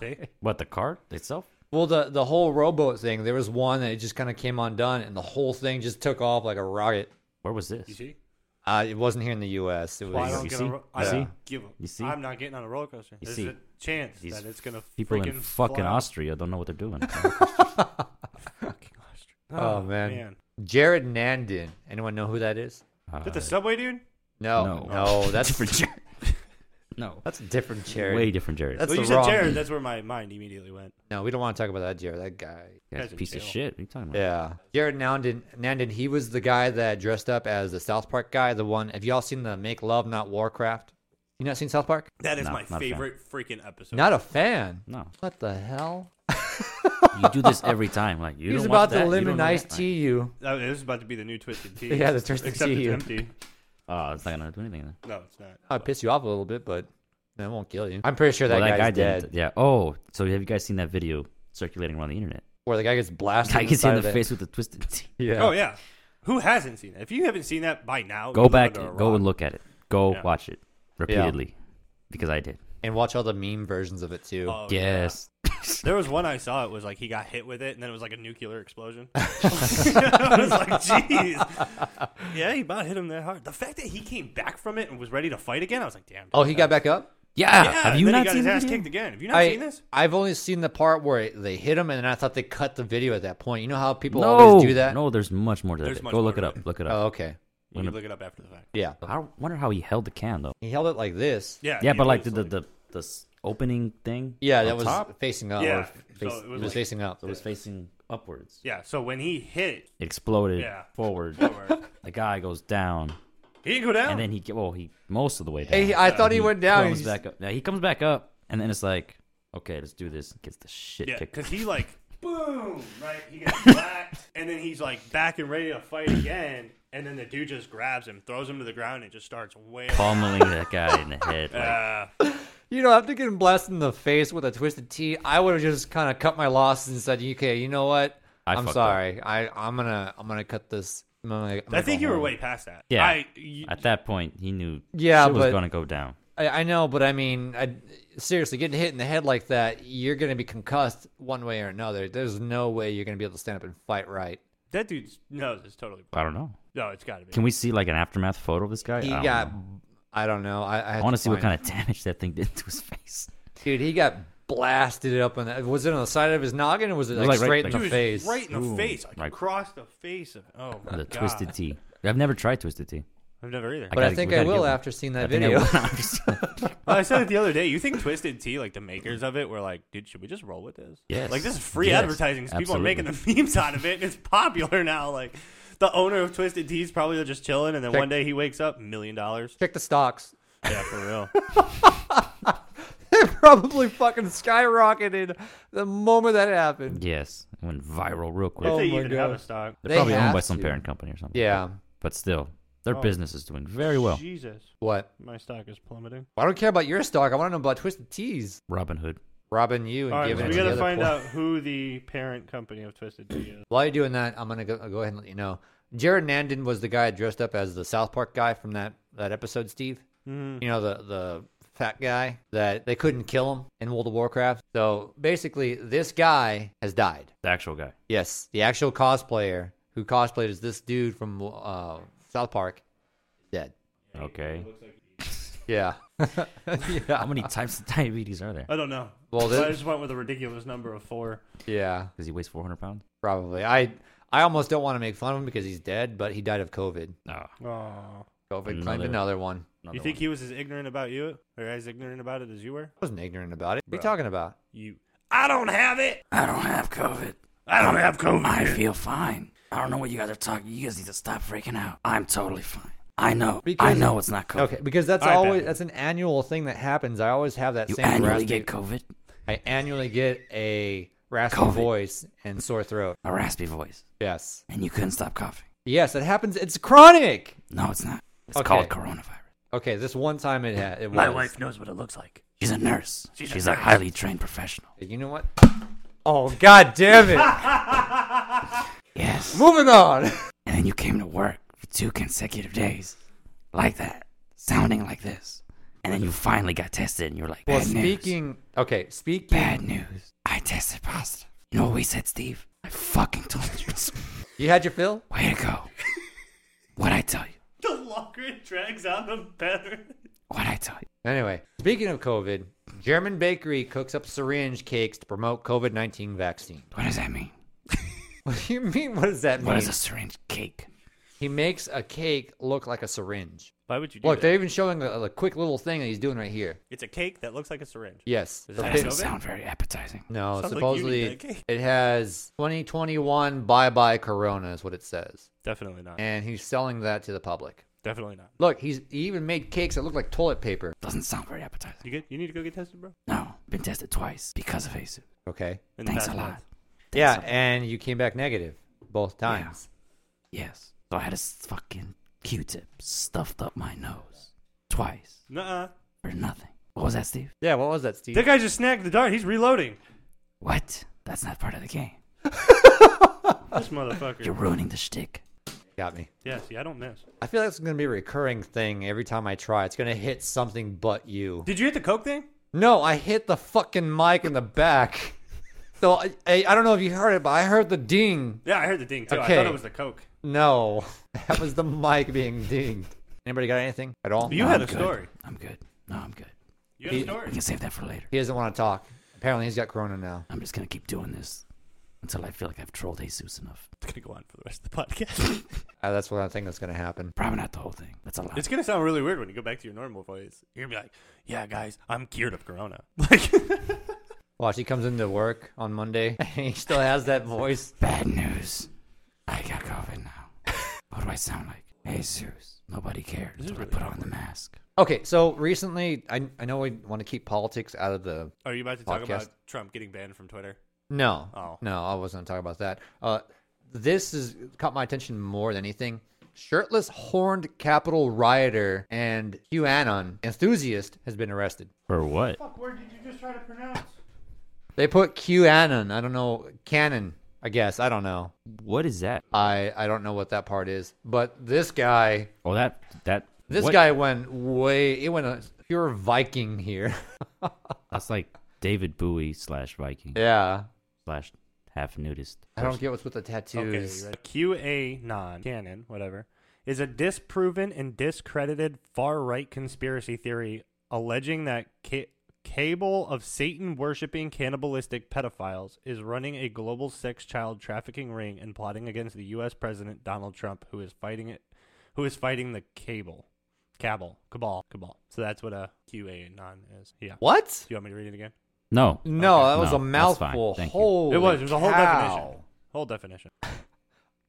Speaker 2: See,
Speaker 3: But the cart itself,
Speaker 1: *laughs* Well, the the whole rowboat thing. There was one that it just kind of came undone, and the whole thing just took off like a rocket.
Speaker 3: where was this?
Speaker 2: you see.
Speaker 1: Uh, it wasn't here in the U.S. It was
Speaker 2: Well, I
Speaker 3: You
Speaker 2: don't get
Speaker 3: see?
Speaker 2: on, ro- I
Speaker 1: You
Speaker 2: don't
Speaker 3: see?
Speaker 2: give up.
Speaker 3: You see?
Speaker 2: I'm not getting on a roller coaster.
Speaker 3: You
Speaker 2: There's
Speaker 3: see?
Speaker 2: a chance
Speaker 3: These
Speaker 2: that it's gonna
Speaker 3: People
Speaker 2: freaking
Speaker 3: in fucking
Speaker 2: fly. *laughs*
Speaker 3: Austria don't know what
Speaker 1: *laughs*
Speaker 3: they're doing. Uh,
Speaker 2: Fucking Austria.
Speaker 1: Oh, man. Jared Nandin. Anyone know who that is?
Speaker 3: Uh,
Speaker 2: Is that the subway dude?
Speaker 1: No,
Speaker 3: No.
Speaker 1: no, that's
Speaker 3: *laughs* different Jared.
Speaker 1: *laughs*
Speaker 3: no,
Speaker 1: that's a different Jared.
Speaker 3: way different Jared.
Speaker 1: That's
Speaker 2: well, you
Speaker 1: the
Speaker 2: said
Speaker 1: wrong.
Speaker 2: Jared. That's where my mind immediately went.
Speaker 1: No, we don't want to talk about that Jared. That guy.
Speaker 3: That's
Speaker 2: That's
Speaker 3: a
Speaker 2: in
Speaker 3: piece of
Speaker 2: jail.
Speaker 3: shit. What are you talking about?
Speaker 1: Yeah, Jared Nandin. Nandin. He was the guy that dressed up as the South Park guy. The one. Have y'all seen the Make Love Not Warcraft? You not seen South Park?
Speaker 2: That is
Speaker 3: No,
Speaker 2: my
Speaker 3: not a fan.
Speaker 2: favorite freaking episode.
Speaker 1: Not a fan.
Speaker 3: No,
Speaker 1: What the hell?
Speaker 3: you do this every time. Like
Speaker 1: *laughs*
Speaker 3: you
Speaker 1: He's
Speaker 3: don't watch
Speaker 1: about to
Speaker 3: that, you don't
Speaker 1: lemon
Speaker 3: know
Speaker 1: ice
Speaker 3: that.
Speaker 1: tea you.
Speaker 2: That- this is about to be the
Speaker 1: *laughs*
Speaker 2: new Twisted Tea.
Speaker 1: Yeah, the Twisted
Speaker 2: Except
Speaker 1: Tea.
Speaker 2: It's empty.
Speaker 3: Oh, it's not gonna do anything. Then.
Speaker 2: No, it's not.
Speaker 1: I'll piss you off a little bit, but that won't kill you. I'm pretty sure that
Speaker 3: Well,
Speaker 1: guy's dead.
Speaker 3: didn't- Yeah. Oh, so have you guys seen that video circulating around the internet?
Speaker 1: Where the guy gets blasted.
Speaker 3: Guy
Speaker 1: in
Speaker 3: gets hit
Speaker 1: side
Speaker 3: in the
Speaker 1: of
Speaker 3: face with a twisted. *laughs* T-
Speaker 1: Yeah.
Speaker 2: Oh yeah. Who hasn't seen that? If you haven't seen that by now, you
Speaker 3: go
Speaker 2: live
Speaker 3: back.
Speaker 2: under a
Speaker 3: Go
Speaker 2: rock.
Speaker 3: and look at it. Go
Speaker 2: Yeah.
Speaker 3: watch it repeatedly, because I did.
Speaker 1: And watch all the meme versions of it too.
Speaker 2: Oh, yeah.
Speaker 3: yes. *laughs*
Speaker 2: There was one I saw. It was like he got hit with it, and then it was like a nuclear *laughs* explosion. I was like, "Jeez, yeah, he about hit him that hard." The fact that he came back from it and was ready to fight again, I was like, "Damn." dude."
Speaker 1: Oh, he got back up.
Speaker 3: Yeah.
Speaker 2: Yeah,
Speaker 3: have
Speaker 2: and
Speaker 3: you
Speaker 2: then
Speaker 3: not
Speaker 2: he got
Speaker 3: seen
Speaker 2: his
Speaker 3: the
Speaker 2: ass
Speaker 3: video?
Speaker 2: kicked again? Have you not seen
Speaker 1: I
Speaker 2: this?
Speaker 1: I've only seen the part where they hit him, and I thought they cut the video at that point. You know how people
Speaker 3: No.
Speaker 1: always do that.
Speaker 3: No. There's much more to
Speaker 2: There's
Speaker 3: that.
Speaker 2: much
Speaker 3: Go look
Speaker 2: more
Speaker 3: it
Speaker 2: to
Speaker 3: up.
Speaker 2: it.
Speaker 3: Look it
Speaker 1: Oh,
Speaker 3: up.
Speaker 1: okay.
Speaker 2: You
Speaker 3: When
Speaker 2: can
Speaker 3: a-
Speaker 2: look it up after the fact.
Speaker 1: Yeah.
Speaker 3: I wonder how he held the can though.
Speaker 1: He held it like this.
Speaker 2: Yeah,
Speaker 3: Yeah,
Speaker 2: he
Speaker 3: but like the
Speaker 2: was
Speaker 3: the, the the s- opening thing.
Speaker 1: Yeah,
Speaker 3: on
Speaker 1: that was
Speaker 3: top,
Speaker 1: facing up.
Speaker 2: Yeah,
Speaker 1: or face-
Speaker 2: so it
Speaker 1: it was,
Speaker 2: was like-
Speaker 1: facing up.
Speaker 3: It was facing upwards.
Speaker 2: yeah. So when he
Speaker 3: *laughs*
Speaker 2: hit,
Speaker 3: It exploded
Speaker 2: Yeah.
Speaker 3: forward.
Speaker 2: forward,
Speaker 3: the guy goes down,
Speaker 2: he didn't go down.
Speaker 3: and then he well he most of the way down.
Speaker 1: Hey, I thought he
Speaker 3: he
Speaker 1: went down.
Speaker 3: Comes
Speaker 1: He's-
Speaker 3: back up. Yeah, he comes back up, and then it's like, okay, let's do this. Gets the shit
Speaker 2: yeah,
Speaker 3: kicked.
Speaker 2: because he like *laughs* boom, right? He *laughs* gets blacked, and then he's like back and ready to fight again. And then the dude just grabs him, throws him to the ground, and just starts wailing.
Speaker 3: Pummeling that guy in the
Speaker 2: *laughs*
Speaker 3: head. Like,
Speaker 2: Uh,
Speaker 1: You know, after getting blasted in the face with a twisted T, I would have just kind of cut my losses and said, "Okay, you know what?
Speaker 3: I
Speaker 1: am
Speaker 3: fucked
Speaker 1: sorry. I I'm gonna I'm gonna cut this." I'm gonna- I'm
Speaker 2: I
Speaker 1: gonna
Speaker 2: think
Speaker 1: go
Speaker 2: you were
Speaker 1: home."
Speaker 2: way past that.
Speaker 3: Yeah.
Speaker 2: I, you-
Speaker 3: at that point, he knew
Speaker 1: Yeah,
Speaker 3: shit was
Speaker 1: but-
Speaker 3: gonna go down.
Speaker 1: I, I know, but I mean, I, seriously, getting hit in the head like that, you're going to be concussed one way or another. There's no way you're going to be able to stand up and fight right.
Speaker 2: that dude's nose is totally.
Speaker 3: I don't know.
Speaker 2: No, it's got to be.
Speaker 3: Can we see like an aftermath photo of this guy?
Speaker 1: He
Speaker 3: I don't
Speaker 1: got,
Speaker 3: know.
Speaker 1: I don't know. I, I,
Speaker 3: I want to
Speaker 1: *laughs*
Speaker 3: see what kind of damage that thing did to his face.
Speaker 1: of dude he got blasted up on that. Was it on the side of his noggin or was it
Speaker 3: was
Speaker 1: like,
Speaker 3: like right-
Speaker 1: straight
Speaker 3: like-
Speaker 1: in
Speaker 2: Dude,
Speaker 1: the
Speaker 2: it's
Speaker 1: face?
Speaker 2: Right in the
Speaker 3: Ooh,
Speaker 2: face, like
Speaker 3: right.
Speaker 2: across the face of. Oh my
Speaker 3: The
Speaker 2: god.
Speaker 3: twisted T. I've never tried twisted T.
Speaker 2: I've never either.
Speaker 1: But I
Speaker 3: gotta-
Speaker 1: think
Speaker 3: we
Speaker 1: I
Speaker 3: gotta
Speaker 1: will
Speaker 3: get-
Speaker 1: after seeing that
Speaker 3: I think I
Speaker 1: video.
Speaker 3: will *laughs* not understand that.
Speaker 2: Well, I said it the other day. You think Twisted Tea, like the makers of it, were like, dude, should we just roll with this?
Speaker 3: Yes.
Speaker 2: Like this is free
Speaker 3: Yes.
Speaker 2: advertising. So People are
Speaker 3: Absolutely.
Speaker 2: making the *laughs* memes out of it. It's popular now. Like the owner of Twisted Tea's probably just chilling, and then
Speaker 1: Check-
Speaker 2: one day he wakes up, million dollars.
Speaker 1: *laughs* Check the stocks. *laughs*
Speaker 2: Yeah, for
Speaker 3: *laughs*
Speaker 2: real.
Speaker 1: They probably fucking skyrocketed the moment that happened.
Speaker 3: yes, it went viral real quick.
Speaker 1: Oh
Speaker 2: If they
Speaker 1: my
Speaker 2: even have
Speaker 1: God.
Speaker 2: a stock.
Speaker 3: They're
Speaker 1: They
Speaker 3: probably owned
Speaker 1: have
Speaker 3: by some
Speaker 1: to.
Speaker 3: parent company or something.
Speaker 1: Yeah.
Speaker 3: But still, Their
Speaker 2: Oh.
Speaker 3: business is doing very well.
Speaker 2: Jesus,
Speaker 1: What?
Speaker 2: my stock is plummeting.
Speaker 1: Well, I don't care about your stock. I want to know about Twisted Teas.
Speaker 3: Robin Hood.
Speaker 1: Robbing you and
Speaker 2: All right,
Speaker 1: giving
Speaker 2: so
Speaker 1: it to
Speaker 2: we
Speaker 1: the
Speaker 2: gotta
Speaker 1: other
Speaker 2: find
Speaker 1: poor-
Speaker 2: out who the parent company of Twisted Tea is.
Speaker 1: While you're doing that, I'm gonna go, go ahead and let you know. Jared Nandon was the guy dressed up as the South Park guy from that, that episode, Steve.
Speaker 2: Mm.
Speaker 1: You know the the fat guy that they couldn't kill him in World of Warcraft. So basically, this guy has died.
Speaker 3: The actual guy.
Speaker 1: Yes, the actual cosplayer who cosplayed as this dude from uh, South Park, dead.
Speaker 3: Okay.
Speaker 1: *laughs* Yeah, *laughs*
Speaker 3: How many types of *laughs* diabetes are there?
Speaker 2: I don't know.
Speaker 1: Well, this-
Speaker 2: I just went with a ridiculous number of four.
Speaker 1: yeah,
Speaker 3: Because he weighs 400 pounds?
Speaker 1: probably. I I almost don't want to make fun of him because he's dead, but he died of COVID.
Speaker 3: No.
Speaker 2: Oh,
Speaker 1: COVID claimed
Speaker 3: Another-
Speaker 1: another one.
Speaker 2: you think he was as ignorant about you, or as ignorant about it as you were?
Speaker 1: I wasn't ignorant about it. What are you talking about?
Speaker 2: You, I don't have it.
Speaker 3: I don't have COVID.
Speaker 2: I don't have COVID.
Speaker 3: I feel fine. I don't know what you guys are talking. You guys need to stop freaking out. I'm totally fine. I know. I
Speaker 1: Because-
Speaker 3: know it's not COVID.
Speaker 1: Okay, because that's
Speaker 2: All right,
Speaker 1: always
Speaker 2: Batman.
Speaker 1: that's an annual thing that happens. I always have that
Speaker 3: You
Speaker 1: same
Speaker 3: annually
Speaker 1: raspy-
Speaker 3: get COVID.
Speaker 1: I annually get a raspy
Speaker 3: COVID.
Speaker 1: voice and sore throat.
Speaker 3: A raspy voice.
Speaker 1: Yes.
Speaker 3: And you couldn't stop coughing.
Speaker 1: Yes, it happens. It's chronic.
Speaker 3: No, it's not. It's
Speaker 1: Okay.
Speaker 3: called coronavirus.
Speaker 1: Okay, this one time it had. It was.
Speaker 2: knows what it looks like.
Speaker 3: She's a nurse. She's,
Speaker 2: She's a
Speaker 3: a,
Speaker 2: nurse.
Speaker 3: highly trained professional.
Speaker 1: You know what? Oh God damn
Speaker 3: *laughs*
Speaker 1: it!
Speaker 3: Yes.
Speaker 1: Moving on.
Speaker 3: And then you came to work for two consecutive days. Like that. Sounding like this. And then you finally got tested and you were like, bad
Speaker 1: Well,
Speaker 3: news.
Speaker 1: speaking. Okay, speaking.
Speaker 3: Bad news. I tested positive. You know what we said, Steve? I fucking told
Speaker 1: *laughs*
Speaker 3: you.
Speaker 1: You had your fill.
Speaker 3: Way to go. What'd I tell you?
Speaker 2: The longer it drags on, the better.
Speaker 3: What'd I tell you?
Speaker 1: Anyway, speaking of COVID, German bakery cooks up syringe cakes to promote COVID nineteen vaccine. *laughs*
Speaker 3: What does that mean?
Speaker 1: What do you mean? What does that mean?
Speaker 3: What is a syringe cake?
Speaker 1: He makes a cake look like a syringe.
Speaker 2: Why would you do
Speaker 1: Look,
Speaker 2: that?
Speaker 1: they're even showing a, a quick little thing that he's doing right here.
Speaker 2: It's a cake that looks like a syringe.
Speaker 1: Yes.
Speaker 2: Is
Speaker 1: So
Speaker 2: that
Speaker 3: That
Speaker 1: fi-
Speaker 3: doesn't
Speaker 2: COVID?
Speaker 3: sound very appetizing.
Speaker 1: no,
Speaker 2: Sounds like you
Speaker 1: supposedly
Speaker 2: need that cake.
Speaker 1: it has 2021 bye bye corona is what it says.
Speaker 2: Definitely not.
Speaker 1: And he's selling that to the public.
Speaker 2: Definitely not.
Speaker 1: Look, he's he even made cakes that look like toilet paper.
Speaker 3: Doesn't sound very appetizing.
Speaker 2: You get. You need to go get tested, bro.
Speaker 3: No, been tested twice because of ASU.
Speaker 1: Okay.
Speaker 2: In the
Speaker 3: Thanks a
Speaker 2: past
Speaker 3: lot.
Speaker 2: month.
Speaker 1: yeah,
Speaker 3: Thanks a lot.
Speaker 1: and you came back negative both times.
Speaker 3: Yes. So I had a s- fucking Q-tip stuffed up my nose twice
Speaker 2: Nuh-uh.
Speaker 3: for nothing. What was that, Steve?
Speaker 1: Yeah, what was that, Steve?
Speaker 2: That guy just snagged the dart. He's reloading.
Speaker 3: What? That's not part of the game.
Speaker 1: *laughs*
Speaker 2: This
Speaker 3: You're
Speaker 2: motherfucker.
Speaker 3: ruining the shtick.
Speaker 1: Got me.
Speaker 2: Yeah. See, I don't miss.
Speaker 1: I feel like it's going to be a recurring thing every time I try. It's going to hit something but you.
Speaker 2: Did you hit the coke thing?
Speaker 1: No, I hit the fucking mic in the back. *laughs* So I, I, I don't know if you heard it, but I heard the ding.
Speaker 2: Yeah, I heard the ding too. I
Speaker 1: Okay.
Speaker 2: thought it was the coke.
Speaker 1: No, *laughs* that was the mic being dinged. Anybody got anything at all?
Speaker 2: You
Speaker 3: No,
Speaker 2: had
Speaker 3: I'm
Speaker 2: a
Speaker 3: good.
Speaker 2: story.
Speaker 3: I'm good. No, I'm good.
Speaker 2: You had a
Speaker 3: We
Speaker 2: *laughs* story.
Speaker 3: can save that for later.
Speaker 1: He doesn't want to talk. Apparently, he's got corona now.
Speaker 3: I'm just gonna keep doing this until I feel like I've trolled Jesus enough.
Speaker 2: It's gonna go on for the rest of the podcast.
Speaker 1: Uh, that's what I think that's going to happen.
Speaker 3: Probably not the whole thing. That's a
Speaker 2: *laughs*
Speaker 3: lot.
Speaker 2: it's gonna sound really weird when you go back to your normal voice. You're gonna be like, "Yeah, guys, I'm cured of corona." *laughs* Like,
Speaker 1: Watch, he comes into work on Monday *laughs* and he still has that voice.
Speaker 3: Bad news. I got COVID now. *laughs* what do I sound like? Jesus. Nobody cared
Speaker 2: This is
Speaker 3: until I
Speaker 2: really
Speaker 3: put on the mask.
Speaker 1: Okay, so recently, I, I know we want to keep politics out of the.
Speaker 2: are you about to talk
Speaker 1: Podcast.
Speaker 2: about Trump getting banned from Twitter?
Speaker 1: No,
Speaker 2: Oh.
Speaker 1: no, I wasn't talking about that. Uh, this has caught my attention more than anything. Shirtless, horned Capitol rioter and QAnon enthusiast has been arrested.
Speaker 3: For what?
Speaker 2: Fuck word did you just try to pronounce?
Speaker 1: They put QAnon. I don't know. Canon, I guess. I don't know.
Speaker 3: What is that?
Speaker 1: I, I don't know what that part is. But this guy,
Speaker 3: Oh, that that.
Speaker 1: this guy went way, it went a pure Viking here. *laughs*
Speaker 3: That's like David Bowie slash Viking
Speaker 1: yeah.
Speaker 3: slash half nudist.
Speaker 1: I don't get what's with the tattoos.
Speaker 2: Okay, QA non canon, whatever, is a disproven and discredited far right conspiracy theory alleging that ca- cable of Satan worshipping cannibalistic pedophiles is running a global sex child trafficking ring and plotting against the U.S. President Donald Trump, who is fighting it, who is fighting the cable, cabal, cabal, cabal. So that's what a QA non is. Yeah.
Speaker 1: What?
Speaker 2: Do you want me to read it again?
Speaker 3: No.
Speaker 1: No, that was
Speaker 3: No,
Speaker 1: a
Speaker 3: that's fine.
Speaker 1: mouthful.
Speaker 3: Thank you.
Speaker 1: Holy
Speaker 2: it was. It was a whole
Speaker 1: cow.
Speaker 2: definition. Whole definition.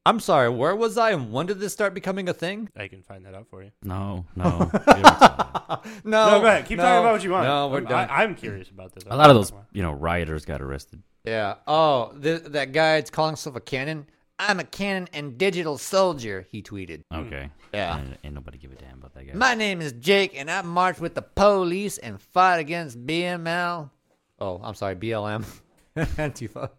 Speaker 1: I'm sorry, where was I and when did this start becoming a thing? *laughs*
Speaker 2: I can find that out for you.
Speaker 3: No, no. You're retarded.
Speaker 1: No,
Speaker 2: No,
Speaker 3: Oh,
Speaker 2: go ahead. Keep
Speaker 1: no,
Speaker 2: talking about what you want.
Speaker 1: No, we're
Speaker 2: I'm-
Speaker 1: done.
Speaker 2: I, I'm curious about this.
Speaker 3: a lot of those, you know, rioters got arrested.
Speaker 1: yeah. Oh, th- that guy that's calling himself a canon. I'm a cannon and digital soldier, he tweeted.
Speaker 3: Okay.
Speaker 1: Hmm. Yeah.
Speaker 3: Ain't, ain't nobody give a damn about that guy.
Speaker 1: My name is Jake, and I marched with the police and fought against BML. Oh, I'm sorry, *laughs* BLM. Antifa.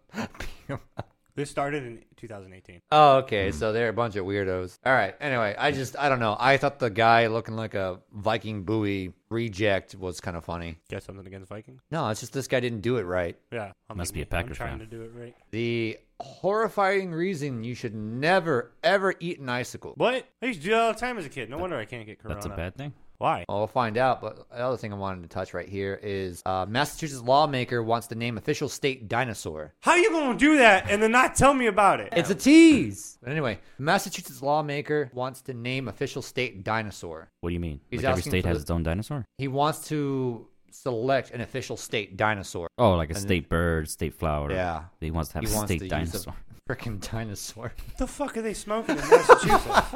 Speaker 2: This started in 2018.
Speaker 1: oh, okay. So they're a bunch of weirdos. All right. Anyway, I just, I don't know. I thought the guy looking like a Viking buoy reject was kind of funny.
Speaker 2: Got something against Vikings?
Speaker 1: No, it's just this guy didn't do it right.
Speaker 2: Yeah. I'm
Speaker 3: Must
Speaker 2: like
Speaker 3: be a
Speaker 2: me. I'm
Speaker 3: Packers
Speaker 2: trying
Speaker 3: fan.
Speaker 2: to do it right.
Speaker 1: The horrifying reason you should never, ever eat an icicle.
Speaker 2: What? I used to do that all the time as a kid. No wonder I can't get corona.
Speaker 3: That's a bad thing.
Speaker 2: Why?
Speaker 1: Well, we'll find out. But the other thing I wanted to touch right here is uh, Massachusetts lawmaker wants to name official state dinosaur.
Speaker 2: How you gonna do that and then not tell me about it?
Speaker 1: It's a tease. But anyway, Massachusetts lawmaker wants to name official state dinosaur.
Speaker 3: What do you mean?
Speaker 1: He's
Speaker 3: like every
Speaker 1: asking
Speaker 3: state
Speaker 1: for
Speaker 3: has
Speaker 1: the-
Speaker 3: its own dinosaur?
Speaker 1: He wants to select an official state dinosaur.
Speaker 3: Oh, like a state bird, state flower.
Speaker 1: Yeah.
Speaker 3: He wants to have
Speaker 1: He
Speaker 3: a
Speaker 1: wants
Speaker 3: state
Speaker 1: to *laughs*
Speaker 3: dinosaur.
Speaker 1: use a freaking dinosaur.
Speaker 2: what the fuck are they smoking in
Speaker 3: *laughs*
Speaker 2: Massachusetts?